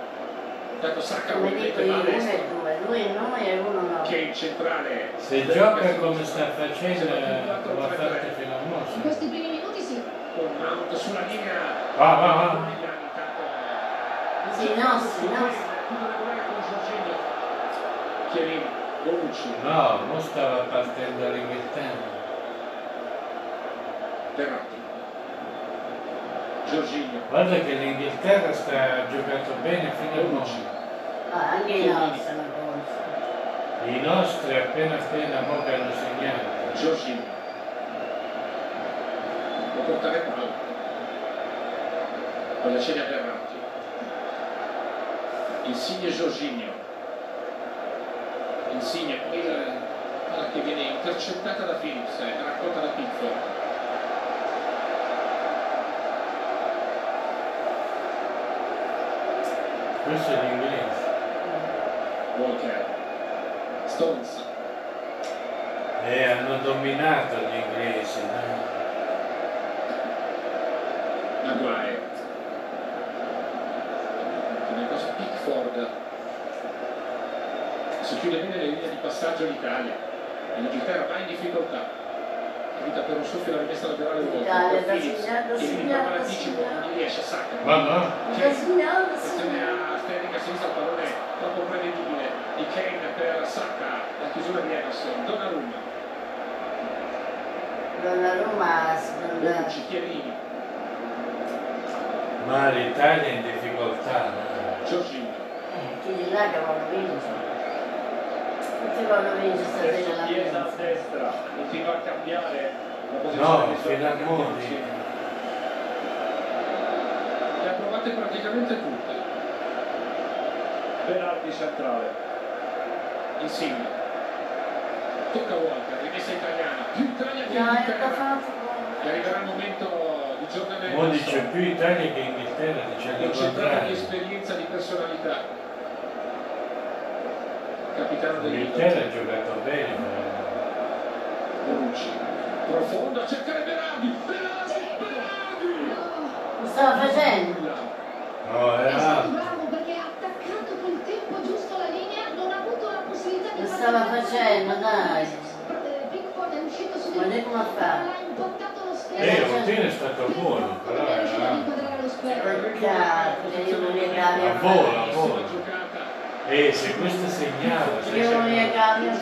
Speaker 7: Dato Sacca
Speaker 2: Come dico
Speaker 7: mette
Speaker 2: io,
Speaker 7: male
Speaker 2: uno
Speaker 7: a destra,
Speaker 2: e due, lui e noi e uno no.
Speaker 7: che è in centrale.
Speaker 5: Se gioca come sta facendo, lo ha fatto fino a
Speaker 1: In
Speaker 5: mosso.
Speaker 1: questi primi minuti sì,
Speaker 7: Con Mount sulla linea.
Speaker 5: Va, va, va.
Speaker 2: Sì, no, sì, no, sì.
Speaker 7: Chiellini, Bonucci,
Speaker 5: No, non stava partendo l'Inghilterra.
Speaker 7: Verratti, Giorginio,
Speaker 5: Guarda che l'Inghilterra sta giocando bene fino a
Speaker 7: Bonucci,
Speaker 5: mosso.
Speaker 2: Ah, anche i nostri non conosco.
Speaker 5: I nostri appena appena mo che hanno segnato.
Speaker 7: Giorginio. Può portare palla. Quella scena Verratti. Insigne Giorginio. Insigne, poi la palla che viene intercettata da Philips, eh, raccolta da Pizzo.
Speaker 5: Questo è l'inglese.
Speaker 7: Walker. Stones.
Speaker 5: E hanno dominato gli inglesi. no?
Speaker 7: Maguire. Una cosa Pickford. Si chiude bene le linee di passaggio l'Italia. L'Inghilterra va in difficoltà. Evita per un soffio la rimessa laterale di
Speaker 2: L'Italia,
Speaker 7: Walker.
Speaker 2: da
Speaker 7: Phillips,
Speaker 2: segnare, da
Speaker 7: che viene
Speaker 2: segnare,
Speaker 7: in
Speaker 2: da
Speaker 7: anticipo,
Speaker 2: segnare.
Speaker 7: non riesce a sacca.
Speaker 5: Ma no?
Speaker 2: Lo signore, lo
Speaker 7: Attenzione
Speaker 2: signore.
Speaker 7: a Sterling a sinistra, il pallone troppo prevedibile di Kane per Sacca, la chiusura di Emerson, Donnarumma,
Speaker 2: Donnarumma, Donnarumma.
Speaker 7: Lucci, Chiellini,
Speaker 5: Ma l'Italia è in difficoltà. no?
Speaker 7: Giorgini,
Speaker 2: Eh, Chi di là che vanno vincere. Tutti vanno vincere stasera la
Speaker 8: Adesso Chiesa a
Speaker 2: Venezia.
Speaker 8: destra, continua a cambiare la posizione
Speaker 5: No,
Speaker 8: dei suoi
Speaker 5: fino a
Speaker 8: attaccanti.
Speaker 5: Modi.
Speaker 7: le ha provate praticamente tutte,
Speaker 8: Berardi centrale.
Speaker 7: insieme. Tocca a Walker, rimessa italiana, più Italia
Speaker 2: No,
Speaker 7: che
Speaker 2: è da
Speaker 7: Inghilterra.
Speaker 2: fatto.
Speaker 7: E arriverà il momento di Jordan
Speaker 5: Mo dice
Speaker 7: Emerson,
Speaker 5: più Italia che Inghilterra, dice il
Speaker 7: concentrato di
Speaker 5: contrario.
Speaker 7: esperienza, di personalità. Capitano
Speaker 5: L'Inghilterra
Speaker 7: dell'Inghilterra,
Speaker 5: ha giocato bene. ma-
Speaker 7: Bonucci, profondo a cercare Berardi, Berardi, Berardi!
Speaker 2: Lo stava facendo.
Speaker 7: Nulla.
Speaker 5: No,
Speaker 1: è
Speaker 5: era
Speaker 1: stato
Speaker 5: alto.
Speaker 1: bravo perché ha attaccato col tempo giusto la linea, non ha avuto la possibilità di
Speaker 2: Lo
Speaker 1: fare
Speaker 2: stava
Speaker 1: niente.
Speaker 2: facendo, dai.
Speaker 1: Eh, Pickford è uscito su di
Speaker 2: Guarda
Speaker 1: lui,
Speaker 2: come fa.
Speaker 1: l'ha impottato lo
Speaker 5: Eh,
Speaker 1: stesso.
Speaker 5: Montino è stato buono, però eh.
Speaker 1: non è riuscito a
Speaker 5: era
Speaker 1: inquadrare
Speaker 5: Cioè,
Speaker 1: lo square.
Speaker 2: Peccato che io non li
Speaker 5: a
Speaker 2: cambio.
Speaker 5: volo, a
Speaker 7: Bellissima
Speaker 5: volo.
Speaker 7: giocata.
Speaker 5: E se questo segnava, se
Speaker 2: Io non li
Speaker 5: segnava-
Speaker 2: cambio.
Speaker 1: l'hanno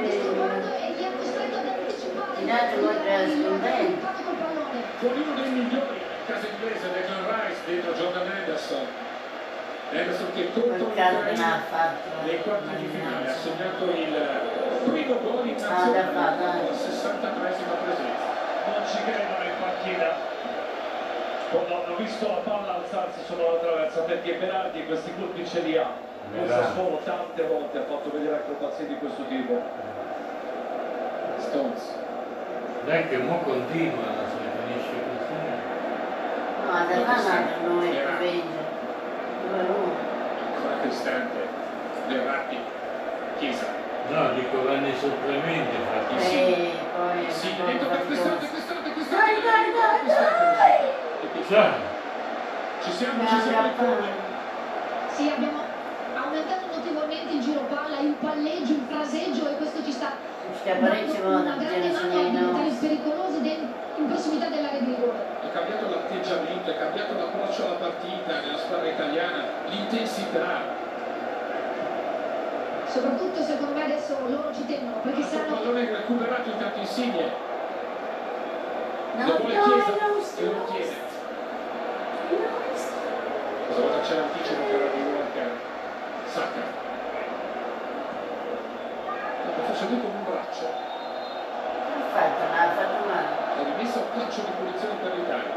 Speaker 1: disturbato e gli ha costretto ad anticipare
Speaker 2: In altro modo era sconvento.
Speaker 1: fatto col pallone.
Speaker 7: con uno dei migliori casa inglese Declan Rice dentro Jordan Henderson Henderson che conta
Speaker 2: Quel caldo che mi ha
Speaker 7: un
Speaker 2: fatto.
Speaker 7: nei quarti di finale ha
Speaker 2: mannaggia.
Speaker 7: segnato il primo gol in nazionale
Speaker 2: Ah, dai, dai.
Speaker 7: alla 63esima presenza
Speaker 8: Non ci credono in panchina. Quando hanno visto la palla alzarsi sopra la traversa, perché Berardi questi colpi ce li ha. Il Sassuolo tante volte ha fatto vedere acrobazie di questo tipo.
Speaker 7: Stones
Speaker 5: Dai che mo continua se finisce così.
Speaker 2: No, da là non noi che vende. Due uno.
Speaker 7: sarà Cristante Verratti Chiesa
Speaker 5: No, dico vanno i supplementi. infatti.
Speaker 2: E poi...
Speaker 7: sì dentro per Cristante Cristante Cristante
Speaker 2: Dai, dai, dai,
Speaker 7: Cristante.
Speaker 2: dai!
Speaker 7: E Pizarro.
Speaker 5: Sa,
Speaker 7: ci siamo ci siamo
Speaker 2: Grande
Speaker 7: ancora
Speaker 2: pane.
Speaker 1: Sì, abbiamo aumentato notevolmente il giro palla, il palleggio, il fraseggio e questo ci sta
Speaker 2: C'è parecchio
Speaker 1: dando una
Speaker 2: modo,
Speaker 1: grande
Speaker 2: bisogna
Speaker 1: mano a
Speaker 2: segnare
Speaker 1: diventare
Speaker 2: no.
Speaker 1: pericolosi del- in prossimità dell'area di rigore.
Speaker 7: è cambiato l'atteggiamento, è cambiato l'approccio alla partita nella squadra italiana, l'intensità,
Speaker 1: Soprattutto secondo me adesso loro ci tengono perché
Speaker 7: il
Speaker 1: sanno
Speaker 7: pallone recuperato intanto Insigne,
Speaker 2: No,
Speaker 7: dopo la
Speaker 2: no,
Speaker 7: Chiesa
Speaker 2: no,
Speaker 7: e lo chiede. Cosa c'è l'anticipo per arrivare anche Sacca? Dopo proceduto con un braccio,
Speaker 2: Ha fatto, l'ha fatto male.
Speaker 7: è rimessa un calcio di punizione per l'Italia.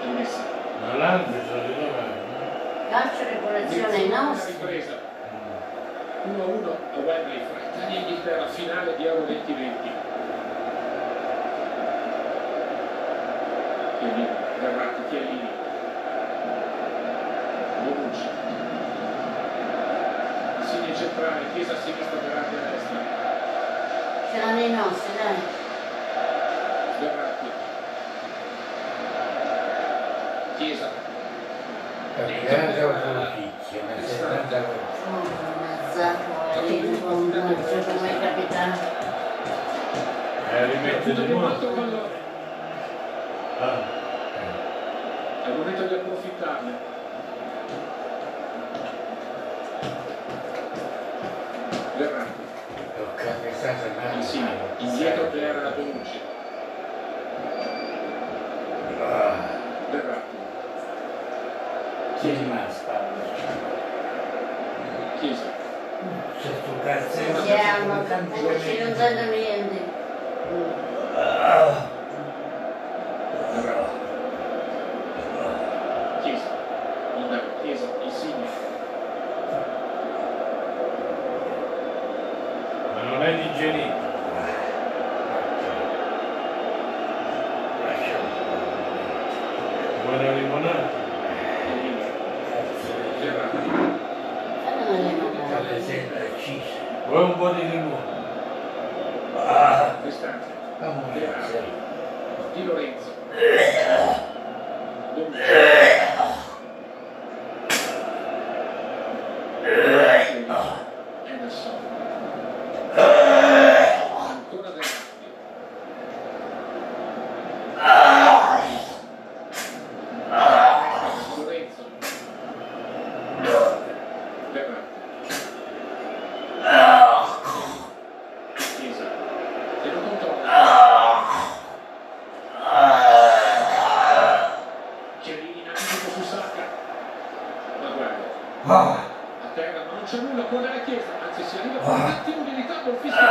Speaker 7: È rimessa.
Speaker 5: ma l'arbitro di dov'è?
Speaker 2: Calcio di punizione no.
Speaker 7: La ripresa. 1-1 a Wembley fra Italia e Inghilterra, finale di Euro 2020. Chiellini, Verratti, Chiellini. Bonucci. Insigne centrale, Chiesa a sinistra, Verratti a destra.
Speaker 2: Ce l'hanno i nostri, dai.
Speaker 7: Verratti. Chiesa.
Speaker 3: Grande autorizio, ma sei tanta cosa.
Speaker 2: Oh, mannaggia, lì con non so come è capitato.
Speaker 5: Eh, rimette di
Speaker 7: Un altro
Speaker 5: nuovo.
Speaker 7: pallone.
Speaker 5: Ah,
Speaker 7: È il momento di approfittarne. Verratti,
Speaker 3: Toccate state male.
Speaker 7: insieme, indietro per la Bonucci.
Speaker 3: Ah,
Speaker 7: Verratti,
Speaker 3: Chi è rimasto?
Speaker 7: Chiesa,
Speaker 3: C'è sto cazzo.
Speaker 2: Siamo capucci, non sanno niente.
Speaker 7: Chiesa, Indago, Chiesa, Insigne,
Speaker 5: ma non è digerito. Buona limonata.
Speaker 7: Chiellini, Verratti,
Speaker 2: Fanno le mandate.
Speaker 5: Vuoi un po' di limone?
Speaker 7: Cristante, Verratti, Di Lorenzo, Bonucci. Henderson. Ancora Verratti. Lorenzo. Verratti. Chiesa. Se lo controlla. Chiellini in anticipo su Sacca. Ma guarda. A terra, ma non c'è nulla, può andare a Chiesa. Anzi, si arriva con un attimo di ritardo al fischio.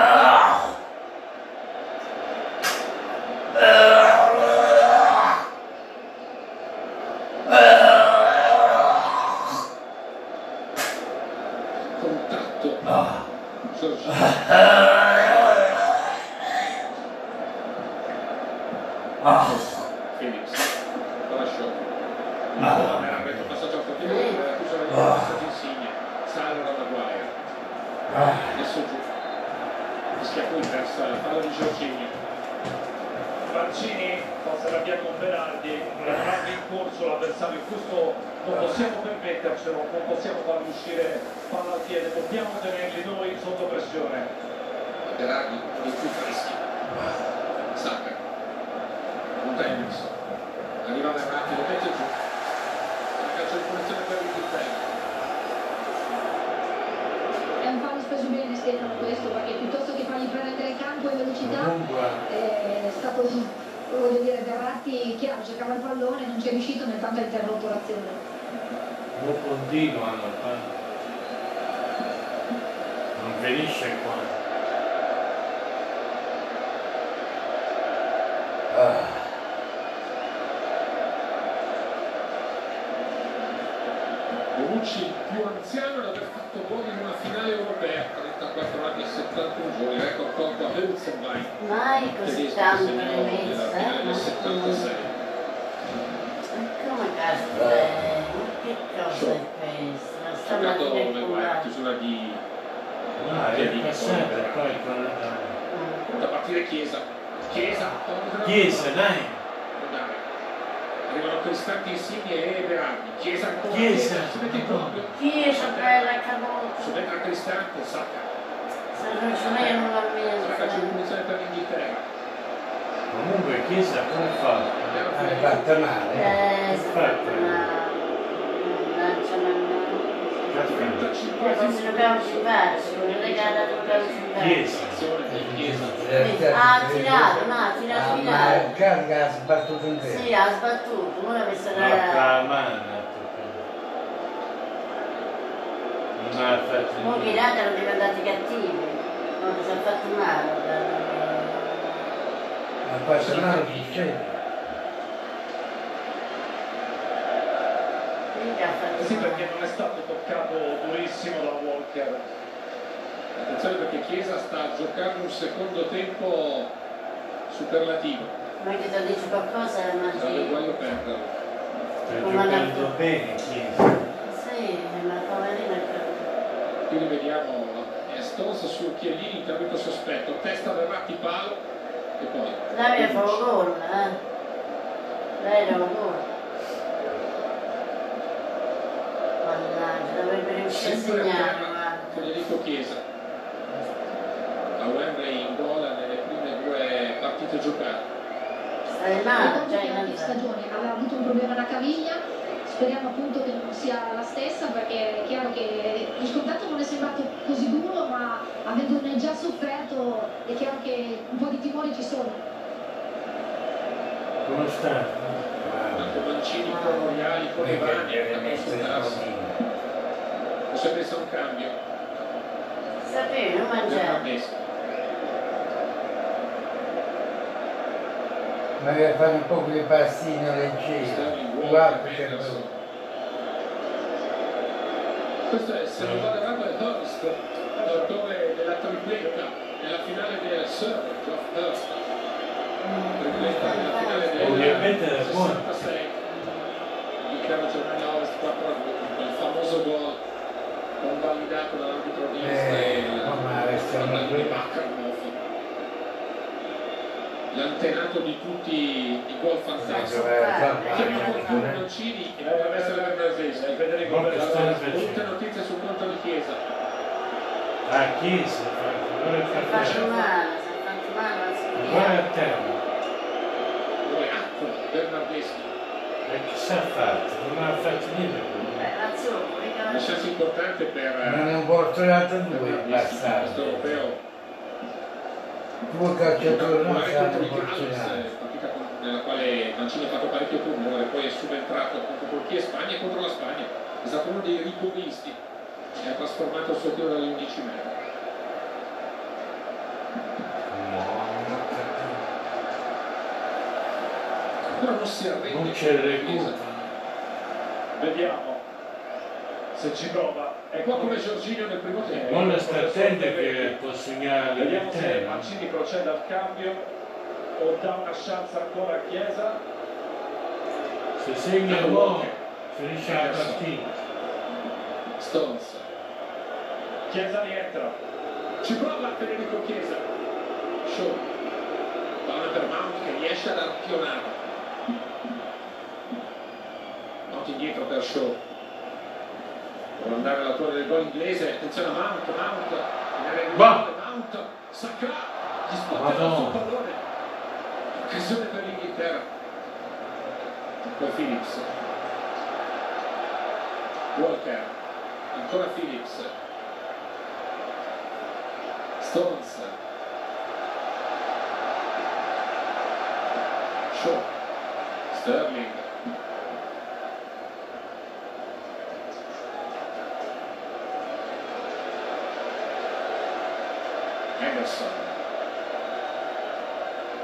Speaker 7: Contatto. Giorgio. Felix. Lascio. Era un retto passaggio al continuo, era chiuso la linea, passaggio Insigne. Salva da Maguire. Adesso giù. Schiaffo in testa, palla di Giorginio.
Speaker 8: Mancini passa la via con Berardi, una grande in corso l'avversario, questo non possiamo permettercelo, non possiamo farli uscire palla al piede, dobbiamo tenerli noi sotto pressione.
Speaker 7: Berardi, i più freschi. Sacca. Un tennis. Arriva Berardi, lo mette giù. La calcio di punizione per il difetto.
Speaker 1: è Stefano questo perché piuttosto che fargli prendere campo e velocità
Speaker 5: Comunque,
Speaker 1: Eh, è stato, voglio dire, Verratti, chiaro, cercava il pallone, non ci è riuscito, nel tanto ha interrotto l'azione.
Speaker 5: lo continuano. tanto. Non finisce qua.
Speaker 3: Ah,
Speaker 7: Bonucci il più anziano ad aver fatto gol in una finale europea, 34 anni e 71 giorni, record tolto a Hülsenbein,
Speaker 2: Mai così
Speaker 7: tedesco,
Speaker 2: tanto
Speaker 7: segnò
Speaker 2: le
Speaker 7: il gol della
Speaker 2: mezze,
Speaker 7: finale del
Speaker 2: eh?
Speaker 7: 76.
Speaker 2: Come caspita, eh? Ma che cosa è questa?
Speaker 7: giocato
Speaker 2: Stamattina è
Speaker 7: come una
Speaker 2: curato.
Speaker 7: chiusura di
Speaker 5: Ah, è per sempre qua il calendario.
Speaker 7: da partire Chiesa Chiesa torna.
Speaker 5: Chiesa, dai.
Speaker 7: Guardare. arrivano costante insigne e Verratti Chiesa ancora
Speaker 5: Chiesa.
Speaker 7: si mette in proprio
Speaker 2: Chiesa bella
Speaker 7: su
Speaker 2: caduta.
Speaker 7: mette a Cristante Sacca
Speaker 2: Se non ce n'erano la
Speaker 7: sarà calcio di
Speaker 2: mezza.
Speaker 7: punizione per l'Inghilterra
Speaker 5: Comunque Chiesa come fa?
Speaker 7: Andiamo
Speaker 3: ha
Speaker 7: per-
Speaker 3: fatto male.
Speaker 2: Eh,
Speaker 5: Perfetto.
Speaker 2: ma... Mannaggia, mannaggia.
Speaker 5: Perfetto.
Speaker 7: 35
Speaker 2: Poi non si dobbiamo cibarci, non è che ha dato dobbiamo cibarci.
Speaker 5: Chiesa.
Speaker 7: azione di Chiesa
Speaker 2: Ah, ha tirato, no, ha tirato,
Speaker 3: certo, Ah,
Speaker 2: ha
Speaker 3: ma
Speaker 2: tirato.
Speaker 3: il Ganga ha sbattuto in te.
Speaker 2: Sì, ha sbattuto, ora mi sarà...
Speaker 5: Porca la mano. Non ha fatto
Speaker 2: Mo' che i
Speaker 5: niente.
Speaker 2: ragazzi erano diventati cattivi, non si sono fatti male.
Speaker 3: Ma passa male chi c'è?
Speaker 2: Mica ha fatto
Speaker 8: Sì, perché
Speaker 2: male.
Speaker 8: non è stato toccato durissimo da Walker.
Speaker 7: attenzione perché Chiesa sta giocando un secondo tempo eh, superlativo
Speaker 2: Ma che ti dice qualcosa, ma
Speaker 7: sarebbe
Speaker 2: sì.
Speaker 7: guaio perderlo
Speaker 5: Sta giocando bene Chiesa.
Speaker 2: Sì, ma poverino è che-
Speaker 7: qui rivediamo eh, Stones su Chiellini intervento sospetto testa Verratti palo e poi
Speaker 2: Lei è favore, eh. Lei era favore. Mannaggia, dovrebbe riuscire a
Speaker 7: Sempre a
Speaker 2: segnare,
Speaker 7: terra,
Speaker 2: guarda.
Speaker 7: Federico Chiesa. A Wembley in gola nelle prime due partite giocate.
Speaker 2: eh. Stai male, cioè, già in
Speaker 1: Dopo di
Speaker 2: andata.
Speaker 1: stagione aveva avuto un problema alla caviglia, speriamo appunto che non sia la stessa perché è chiaro che il contatto non è sembrato così duro ma avendone già sofferto è chiaro che un po' di timori ci sono.
Speaker 5: Come sta?
Speaker 7: Tanto Mancini con Royali, con Evani, da consultarsi. Non si è preso un cambio.
Speaker 2: Sapevi, non mangiare.
Speaker 7: Fernandes.
Speaker 3: Ma deve fare un po' di pastino
Speaker 7: Sterling,
Speaker 3: leggero.
Speaker 7: Walker,
Speaker 3: Guarda che
Speaker 7: Henderson.
Speaker 3: bello.
Speaker 7: Questo è Salvatore Rafael Hurst, l'autore della tripletta nella finale del Sir Geoff Hurst. Tripletta nella finale del
Speaker 5: Ovviamente era buono.
Speaker 7: 66. Inghilterra Germania Ovest 4 a 2. Il famoso gol convalidato dall'arbitro di
Speaker 3: Eh, no, ma restiamo
Speaker 7: Fernando
Speaker 3: qui.
Speaker 7: Baccarnofi. L'antenato di tutti i gol
Speaker 3: Ma
Speaker 7: fantastici.
Speaker 3: doveva
Speaker 7: Chiama qualcuno
Speaker 3: farlo.
Speaker 7: Mancini e dovrebbe essere Bernardeschi. Federico
Speaker 5: Buon
Speaker 7: Bernardeschi.
Speaker 5: Cristiano Felice.
Speaker 7: Brutte notizie sul conto di Chiesa.
Speaker 5: Ah, Chiesa, fa il favore
Speaker 2: Si è
Speaker 5: per
Speaker 2: fatto
Speaker 5: terra.
Speaker 2: male, si è fatto male, non si
Speaker 5: Guarda
Speaker 2: vede.
Speaker 5: a terra.
Speaker 7: Dove acqua Bernardeschi.
Speaker 5: E chi s'ha fatto? Non ha fatto niente.
Speaker 2: Beh, l'azione, mica
Speaker 7: Una chance importante per
Speaker 3: Non
Speaker 7: eh,
Speaker 3: è un portonato due in
Speaker 7: Bernardeschi in questo
Speaker 3: passato.
Speaker 7: europeo.
Speaker 3: Due calciatori non sanno un portonato.
Speaker 7: partita con- nella quale Mancini ha fatto parecchio rumore, poi è subentrato contro Turchia e Spagna e contro la Spagna. È stato uno dei rigoristi e ha trasformato il suo tiro dagli 11 metri. Ancora non si arrende.
Speaker 5: Non c'è il recupero.
Speaker 7: Esatto.
Speaker 8: Vediamo se ci prova.
Speaker 7: È qua come Giorginio nel primo tempo.
Speaker 5: Non sta attento che può segnare
Speaker 8: Vediamo se
Speaker 5: l'Inghilterra.
Speaker 8: Mancini procede al cambio o dà una chance ancora a Chiesa.
Speaker 5: Se segna l'uomo, finisce la partita.
Speaker 7: Stones.
Speaker 8: Chiesa rientra.
Speaker 7: Ci prova Federico Chiesa. Show. Palla per Mount che riesce ad arpionare. Mount indietro per Show. Vuole andare alla torre del gol inglese. Attenzione a Mount, Mount. In area di
Speaker 5: Va.
Speaker 7: rigore, Mount. Sacca. Gli
Speaker 5: Madonna.
Speaker 7: spatterà sul pallone. Occasione per l'Inghilterra. Poi Phillips. Walker. Ancora Phillips. Stones. Shaw. Sterling. Henderson.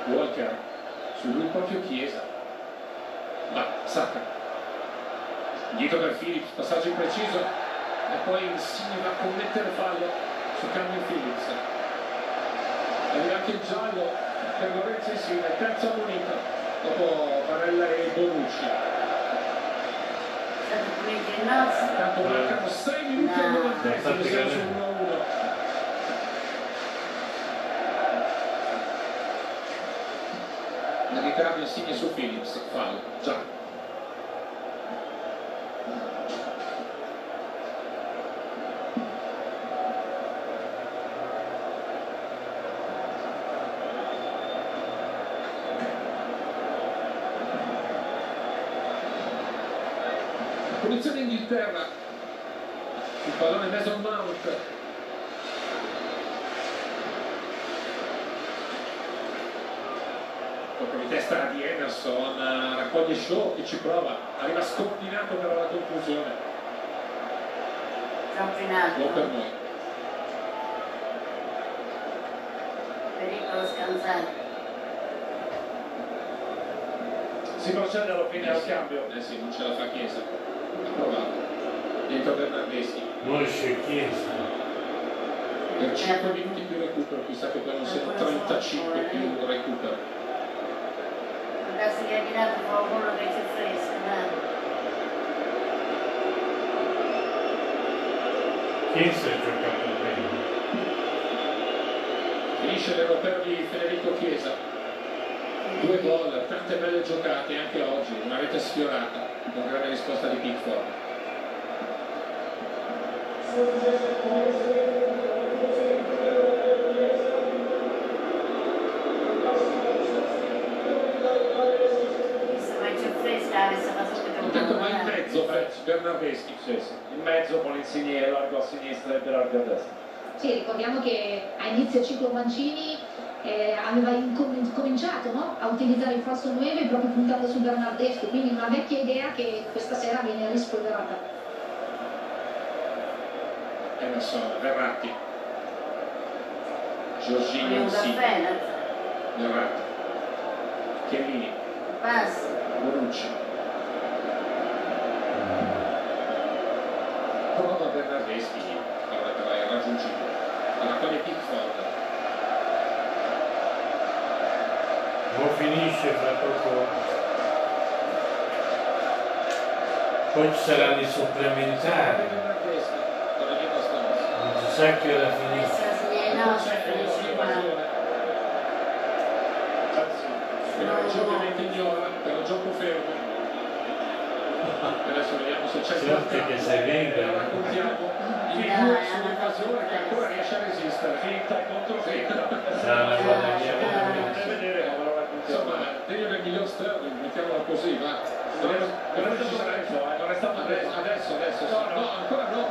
Speaker 7: Walker. Su lui proprio Chiesa. Ma Sacca. Dietro per Phillips, passaggio impreciso. E poi Insigne va a commettere fallo su Cambio Phillips. Arriva anche il giallo per Lorenzo Insigne, terzo ammonito dopo Barella e Bonucci.
Speaker 2: Stato pulito il nostro.
Speaker 7: Tanto mancano 6 minuti al
Speaker 2: No.
Speaker 7: novantesimo,
Speaker 5: Infatti,
Speaker 7: siamo su
Speaker 5: eh.
Speaker 7: 1-1. Il Ricambio Insigne su Phillips, fallo, giallo. Punizione Inghilterra. Il pallone Mason Mount. Tocca di testa di Emerson, eh, raccoglie Shaw che ci prova, arriva scombinato per la conclusione,
Speaker 2: Troppo in
Speaker 7: gol per
Speaker 2: alto.
Speaker 7: noi.
Speaker 2: Pericolo scansato.
Speaker 8: Si procede alla fine al cambio.
Speaker 7: Eh sì, non ce la fa Chiesa, ha provato, dentro Bernardeschi,
Speaker 5: Non esce Chiesa.
Speaker 7: per
Speaker 2: Certo,
Speaker 7: 5 minuti più recupero, chissà che poi non siano 35 più recupero.
Speaker 2: Può darsi che ha tirato un po' quello che c'è fresco, dai.
Speaker 5: Chiesa ha giocato bene.
Speaker 7: Finisce l'europeo di Federico Chiesa. Due gol, tante belle giocate anche oggi, una rete sfiorata, una grande risposta di Pickford.
Speaker 2: Visto che c'è fresco, avesse fatto subito un
Speaker 7: Intanto va in
Speaker 2: po'
Speaker 7: mezzo per Bernardeschi.
Speaker 8: Sì, sì. In mezzo con Insigne largo a sinistra e Berardi a destra.
Speaker 1: Sì, ricordiamo che a inizio ciclo Mancini eh, aveva incom- cominciato no? a utilizzare il falso 9 proprio puntando su Bernardeschi, quindi una vecchia idea che questa sera viene rispolverata.
Speaker 7: Emerson, Verratti. Giorginio
Speaker 2: un
Speaker 7: Insigne,
Speaker 2: caffè, no?
Speaker 7: Verratti. Chiellini,
Speaker 2: Un passo.
Speaker 7: Bonucci. Prova Bernardeschi, guarda però è raggiungibile. Raccoglie Pickford.
Speaker 5: Non finisce fra poco. Poi ci saranno i supplementari. Non si sa che ora finisce.
Speaker 2: Questa signora no, si
Speaker 7: Certo,
Speaker 2: finisce qua.
Speaker 7: Cioè, Era il gioco che migliora, era il gioco fermo. Adesso vediamo se c'è
Speaker 5: Certo
Speaker 7: qualche
Speaker 5: che sei libero.
Speaker 7: Raccontiamo di più sull'occasione che ancora riesce a resistere.
Speaker 8: Finta contro
Speaker 5: Sarà
Speaker 8: finta.
Speaker 5: una guadagniamo
Speaker 8: Andiamo a vedere come lo
Speaker 7: Insomma,
Speaker 8: raccontiamo.
Speaker 7: meglio del miglior Sterling, mettiamola così, va. Vediamo-
Speaker 8: Non
Speaker 7: vediamo
Speaker 8: è
Speaker 7: se ci
Speaker 8: stato
Speaker 7: sarà il
Speaker 8: preso, eh, non è stato
Speaker 7: Adesso,
Speaker 8: preso.
Speaker 7: adesso, adesso.
Speaker 8: No, no.
Speaker 7: No, ancora no.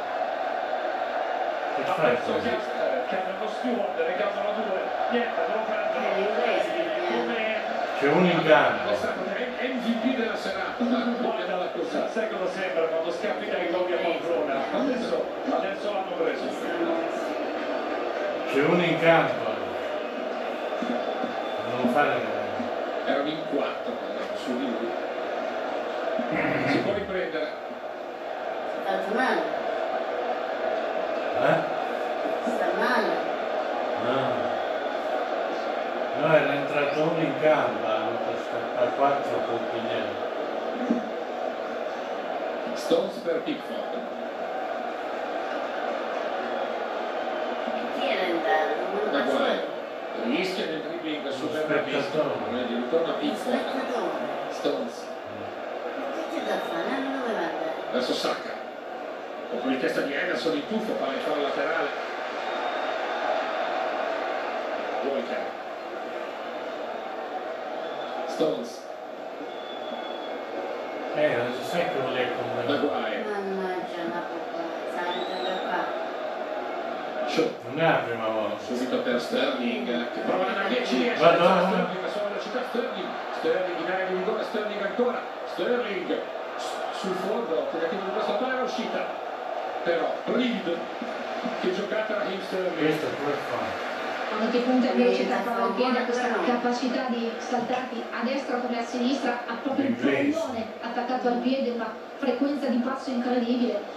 Speaker 5: Che
Speaker 8: Ha
Speaker 5: fai
Speaker 8: perso
Speaker 5: così?
Speaker 8: Caster, che hanno lo steward, ne cambiano due. Niente, se lo
Speaker 2: È
Speaker 8: prendono.
Speaker 2: l'inglese che abbiamo.
Speaker 8: Come
Speaker 5: C'è uno in
Speaker 7: È
Speaker 5: campo.
Speaker 7: stato MVP della serata, mettiamola così.
Speaker 8: Guarda, sai cosa sembra quando scappi dai gol di Pamplona? Adesso, adesso l'hanno preso.
Speaker 5: C'è uno in campo. Non fare.
Speaker 7: erano in quattro eh, su di lui si può riprendere
Speaker 2: Tanto male.
Speaker 5: Eh?
Speaker 2: Sta male.
Speaker 5: No. No, era entrato uno in campo. A 4 Pompinelli.
Speaker 7: Stones per Pickford
Speaker 2: Chi era entrato? Non
Speaker 7: da
Speaker 2: lo so.
Speaker 7: Guerrero rischia nel dribbling su
Speaker 5: Lo
Speaker 7: Bernabéu
Speaker 5: spettatore.
Speaker 7: quindi ritorna
Speaker 2: Un
Speaker 7: Pickford
Speaker 2: spettatore.
Speaker 7: Stones
Speaker 2: Ma Che c'è da fare? Non doveva andare.
Speaker 7: verso Sacca colpo di testa di Henderson in tuffo fa il fallo laterale Walker Stones
Speaker 5: Eh, non si sa che voleva
Speaker 7: da
Speaker 5: combinare.
Speaker 7: Guerrero
Speaker 2: Mannaggia, ma papà, salta da qua.
Speaker 7: calcio
Speaker 5: Non è la prima volta.
Speaker 7: subito per Sterling che prova ad andare ci riesce
Speaker 5: Madonna.
Speaker 7: alza Sterling la sua velocità Sterling Sterling in area di rigore Sterling ancora Sterling s- sul fondo tentativo di questa palla è uscita però Reed che giocata Raheem Sterling
Speaker 5: Questo come fa?
Speaker 1: quando ti punta in velocità con il piede ha questa capacità di saltarti a destra come a sinistra ha proprio il
Speaker 5: Inglese.
Speaker 1: pallone attaccato al piede una frequenza di passo incredibile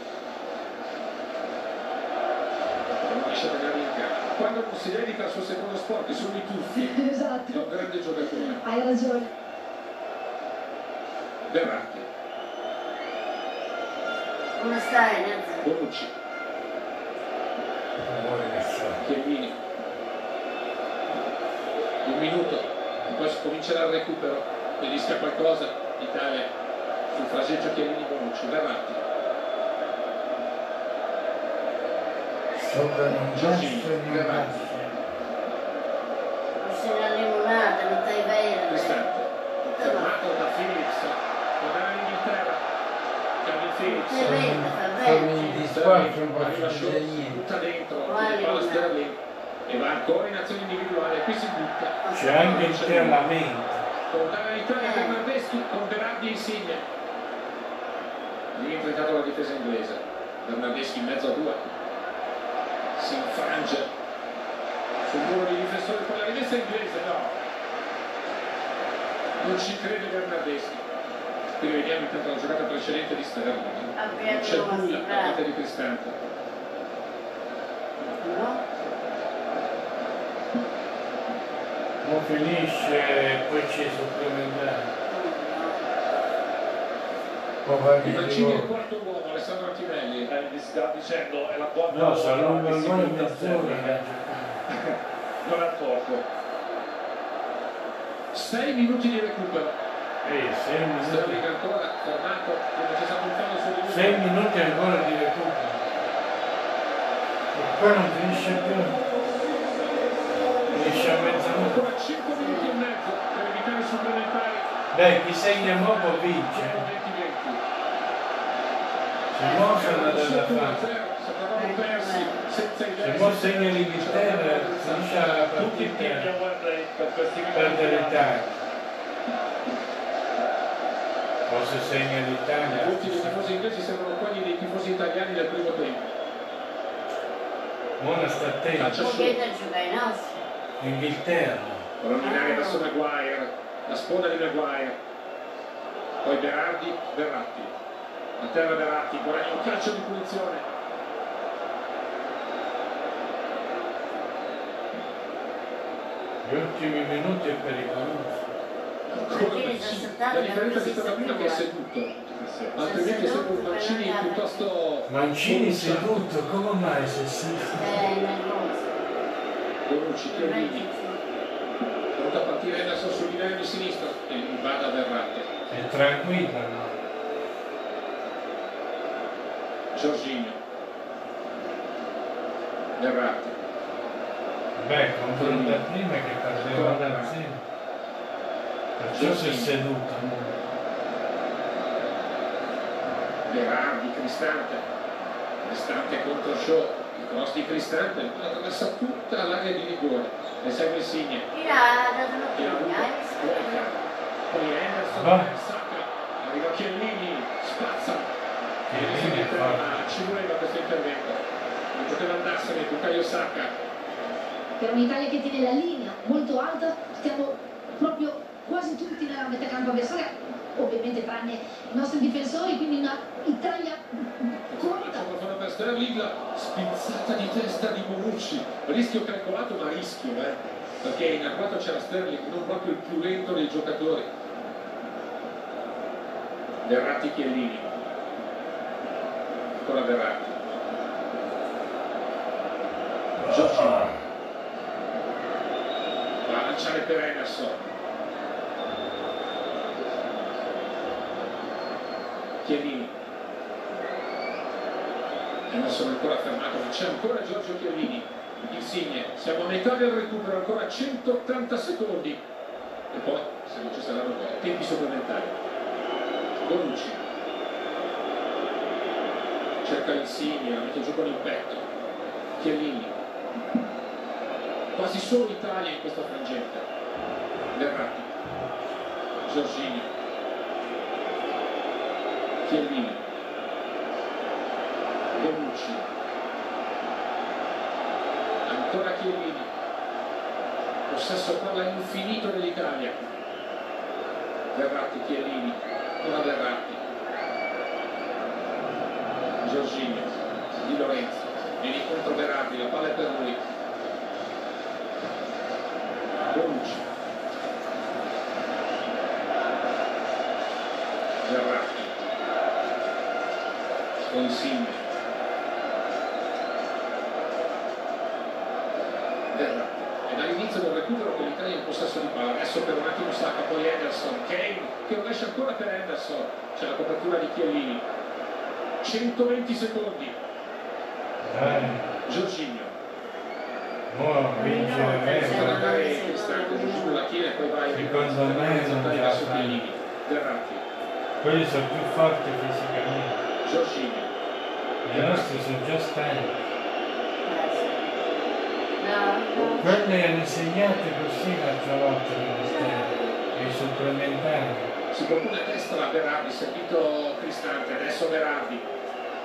Speaker 7: non riesce a venire in gara quando non si dedica al suo secondo sport che sono i tuffi è
Speaker 1: esatto
Speaker 7: un grande giocatore
Speaker 1: hai ragione
Speaker 7: Berratti
Speaker 2: Come stai, Nanzi?
Speaker 7: Bonucci
Speaker 5: Non vuole che so.
Speaker 7: Chiellini un minuto e poi si comincerà il recupero vedisca qualcosa l'Italia sul fraseggio Chiellini Bonucci Verratti
Speaker 3: sopra un gesto di un passo.
Speaker 2: Non sei una limonata, non stai bene.
Speaker 7: Cristante fermato da Felix tornerà in Inghilterra Calvin
Speaker 2: Stai
Speaker 7: Felix
Speaker 2: bene, fa
Speaker 3: Sono
Speaker 2: bene.
Speaker 3: in disposto, non
Speaker 7: arriva
Speaker 3: posso dire
Speaker 7: Schultz
Speaker 3: niente.
Speaker 7: butta dentro
Speaker 2: Vai,
Speaker 7: tiene palla
Speaker 2: Leonardo.
Speaker 7: Sterling e va ancora in azione individuale qui si butta
Speaker 5: C'è anche il terlamento.
Speaker 7: Tornare all'Italia per Bernardeschi con Berardi Insigne. Rientra intanto la difesa inglese. Bernardeschi in mezzo a due. Si infrange sul muro di difensore con la ridessa inglese. No. Non ci crede Bernardeschi. Qui vediamo intanto la giocata precedente di Sterling. Non c'è
Speaker 2: Abbiamo
Speaker 7: nulla da
Speaker 2: mostrato.
Speaker 7: parte di Cristante.
Speaker 2: No?
Speaker 5: Non finisce e poi c'è il supplementare.
Speaker 3: Può
Speaker 7: Il
Speaker 3: fare
Speaker 7: Mancini è il
Speaker 3: rigore.
Speaker 7: quarto uomo, Alessandro Antinelli.
Speaker 8: Eh, vi sta dicendo è la quarta
Speaker 5: No,
Speaker 8: volta
Speaker 5: si allunga
Speaker 8: che
Speaker 5: il
Speaker 8: si
Speaker 5: gol in
Speaker 8: punta a
Speaker 5: mezz'ora.
Speaker 8: Sterling, eh. Non è poco.
Speaker 7: 6 minuti di recupero.
Speaker 5: Eh, sei
Speaker 7: Sterling
Speaker 5: minuti.
Speaker 7: ancora fermato, non c'è stato un fallo su di lui.
Speaker 5: Sei minuti ancora di recupero.
Speaker 3: E poi non finisce più.
Speaker 5: Finisce a mezzanotte.
Speaker 7: Ancora 5 minuti e mezzo per evitare i supplementari
Speaker 5: Beh, chi segna poco vince.
Speaker 7: 20-20.
Speaker 5: Se mo se la deve fare.
Speaker 7: 0 Sapevamo persi senza i
Speaker 5: Se
Speaker 7: destri.
Speaker 5: mo segna l'Inghilterra, finisce la
Speaker 8: Tutti in team
Speaker 5: partita
Speaker 8: a Wembley per questi minuti.
Speaker 5: perde l'Italia. O se segna l'Italia.
Speaker 7: Molti dei tifosi inglesi sembrano quelli dei tifosi italiani del primo tempo.
Speaker 5: Mona sta attento.
Speaker 7: Calcio
Speaker 2: Può
Speaker 7: su.
Speaker 2: chiedere gioca ai nostri.
Speaker 5: Inghilterra.
Speaker 7: Ordinaria verso Maguire, la sponda di Maguire. Poi Berardi, Verratti. A terra Verratti, guadagna un calcio di punizione.
Speaker 5: Gli ultimi minuti è pericoloso.
Speaker 7: Come La differenza è stata prima che è seduto, altrimenti è sempre un Mancini piuttosto
Speaker 5: Mancini seduto, come mai se si...
Speaker 2: Eh, nervoso.
Speaker 7: Bonucci, Chiellini, pronto a partire adesso sul livello di sinistra e vada Verratti,
Speaker 5: È tranquilla, no?
Speaker 7: Giorginio, Verratti,
Speaker 5: Beh, confronta prima che perdeva da zero. Perciò si è seduto.
Speaker 7: Verardi, Cristante, Cristante contro Shaw, il cross di Cristante, la traversa tutta l'area di rigore, e segue il Signe,
Speaker 2: Tira, datelo
Speaker 7: che la
Speaker 2: prima,
Speaker 7: buca,
Speaker 2: eh.
Speaker 7: blocca, poi
Speaker 5: Va.
Speaker 7: Henderson, Sacca, arriva Chiellini, spazza,
Speaker 5: Chiellini è forte.
Speaker 7: Ci voleva questo intervento, non poteva andarsene Bucaio Sacca,
Speaker 1: per un'Italia che tiene la linea molto alta, stiamo proprio quasi tutti nella metà campo avversaria, ovviamente tranne i nostri difensori, quindi una Italia corta.
Speaker 7: microfono per Sterling, la spizzata di testa di Bonucci, rischio calcolato ma rischio, eh, perché in agguato c'era Sterling, non proprio il più lento dei giocatori. Verratti Chiellini, ancora Verratti. Giorgio va a lanciare per Emerson. Chiellini. Emerson ancora fermato, ma c'è ancora Giorgio Chiellini. Insigne, siamo a metà del recupero, ancora 180 secondi. E poi, se non ci saranno gol, tempi supplementari. Bonucci. Cerca Insigne, la mette giù con il petto. Chiellini. Quasi solo Italia in questa frangetta. Verratti, Giorgini, Chiellini, Bonucci, ancora Chiellini, possesso palla infinito dell'Italia. Verratti, Chiellini, ancora Verratti, Giorgini, Di Lorenzo, viene incontro Verratti, la palla è per lui. Bonucci. Verratti. Consiglio. Verratti. È dall'inizio del recupero che l'Italia è in possesso di palla. Adesso per un attimo stacca poi Henderson. Kane che rovescia ancora per Henderson. C'è la copertura di Chiellini. 120 secondi.
Speaker 5: Dai,
Speaker 7: Giorginio.
Speaker 5: ora vince
Speaker 7: Sarà
Speaker 5: veramente.
Speaker 7: magari che stacca giù sulla chiesa e poi vai
Speaker 5: Secondo me non ce la
Speaker 7: verso
Speaker 5: fa.
Speaker 7: Chiellini. Verratti.
Speaker 5: Quelli sono più forti fisicamente.
Speaker 7: Giorginio.
Speaker 5: I nostri sono già stanchi.
Speaker 2: Eh, No, no.
Speaker 5: Quelli erano segnati così l'altra volta nello stadio, i supplementari.
Speaker 7: Si propone a destra Berardi, servito Cristante, adesso Berardi,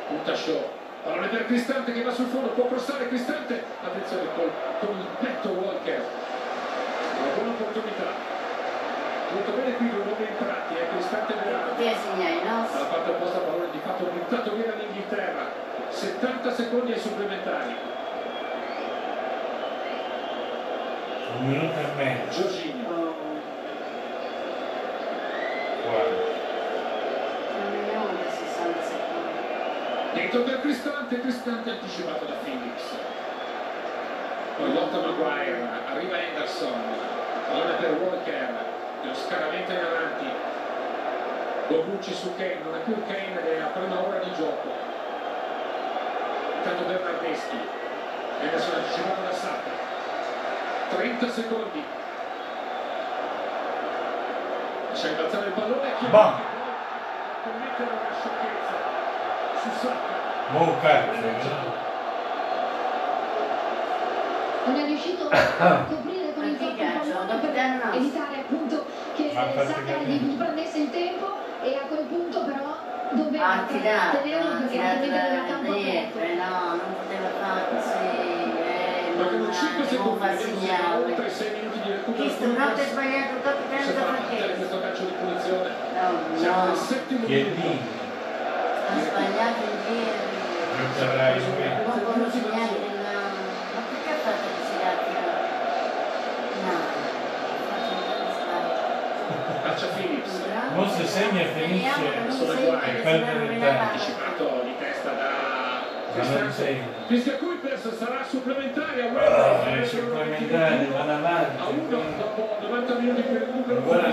Speaker 7: punta show. Pallone per Cristante che va sul fondo, può crossare Cristante, attenzione col, con il petto Walker. Una buona opportunità. Molto bene qui due nuovi entrati, è Cristante e Berardi.
Speaker 2: Poteva segnare,
Speaker 7: Dalla
Speaker 2: no?
Speaker 7: parte opposta pallone di fatto buttato via dall'Inghilterra. 70 secondi ai supplementari.
Speaker 5: Un minuto e mezzo.
Speaker 7: Giorginio,
Speaker 5: Guarda.
Speaker 2: Non è nulla, 60 secondi.
Speaker 7: dentro per Cristante, Cristante anticipato da Phoenix. Poi lotta Maguire, arriva Henderson, pallone per Walker, lo scaramento in avanti. Bonucci su Kane, non è più il Kane della prima ora di gioco. Intanto Bernardeschi, Henderson anticipato da Sacca. 30 secondi. Lascia imbalzare il pallone, chi
Speaker 5: Bam.
Speaker 7: commette una sciocchezza su Sacca.
Speaker 5: Buon calcio, eh? no?
Speaker 1: non è riuscito a coprire con il
Speaker 2: Ma che
Speaker 1: corpo il
Speaker 2: cazzo,
Speaker 1: pallone
Speaker 2: capitano
Speaker 1: per
Speaker 2: no.
Speaker 1: evitare appunto che
Speaker 5: Ma
Speaker 1: Sacca
Speaker 5: praticamente.
Speaker 1: gli prendesse il tempo e a quel punto però doveva
Speaker 2: Ha tirato,
Speaker 1: tenerlo
Speaker 2: ha
Speaker 1: perché
Speaker 2: tirato
Speaker 1: altrimenti aveva
Speaker 2: da
Speaker 1: campo aperto.
Speaker 2: dietro, no, non poteva fare così. Eh,
Speaker 7: Ma con
Speaker 2: non
Speaker 7: 5
Speaker 2: non
Speaker 7: secondi
Speaker 2: fa
Speaker 7: vedremo se sarà oltre
Speaker 2: segnare.
Speaker 7: i 6 minuti di recupero.
Speaker 2: Chi sto
Speaker 7: Lucas
Speaker 2: pronto è sbagliato dopo
Speaker 7: si
Speaker 2: tanto
Speaker 7: fa battere
Speaker 2: perché?
Speaker 7: questo calcio di punizione.
Speaker 2: No,
Speaker 7: Siamo
Speaker 2: no,
Speaker 7: al settimo
Speaker 5: Chiellini,
Speaker 7: minuto.
Speaker 2: ha sbagliato ieri.
Speaker 5: giocherai qui.
Speaker 2: Non voglio segnare il... Ma perché ha fatto che si No, ha
Speaker 7: Calcio Phillips.
Speaker 2: fatto un
Speaker 5: Non si segna e finisce eh,
Speaker 7: Sono
Speaker 5: per
Speaker 7: guai,
Speaker 5: perdere il tempo.
Speaker 7: Anticipato di testa da
Speaker 5: Ma non
Speaker 7: Cristante.
Speaker 5: segna.
Speaker 7: Christian Kuipers sarà supplementare a
Speaker 5: Ah,
Speaker 7: Wembley.
Speaker 5: i supplementari vanno
Speaker 7: A 1
Speaker 5: avanti.
Speaker 7: dopo 90 minuti di recupero.
Speaker 5: Guarda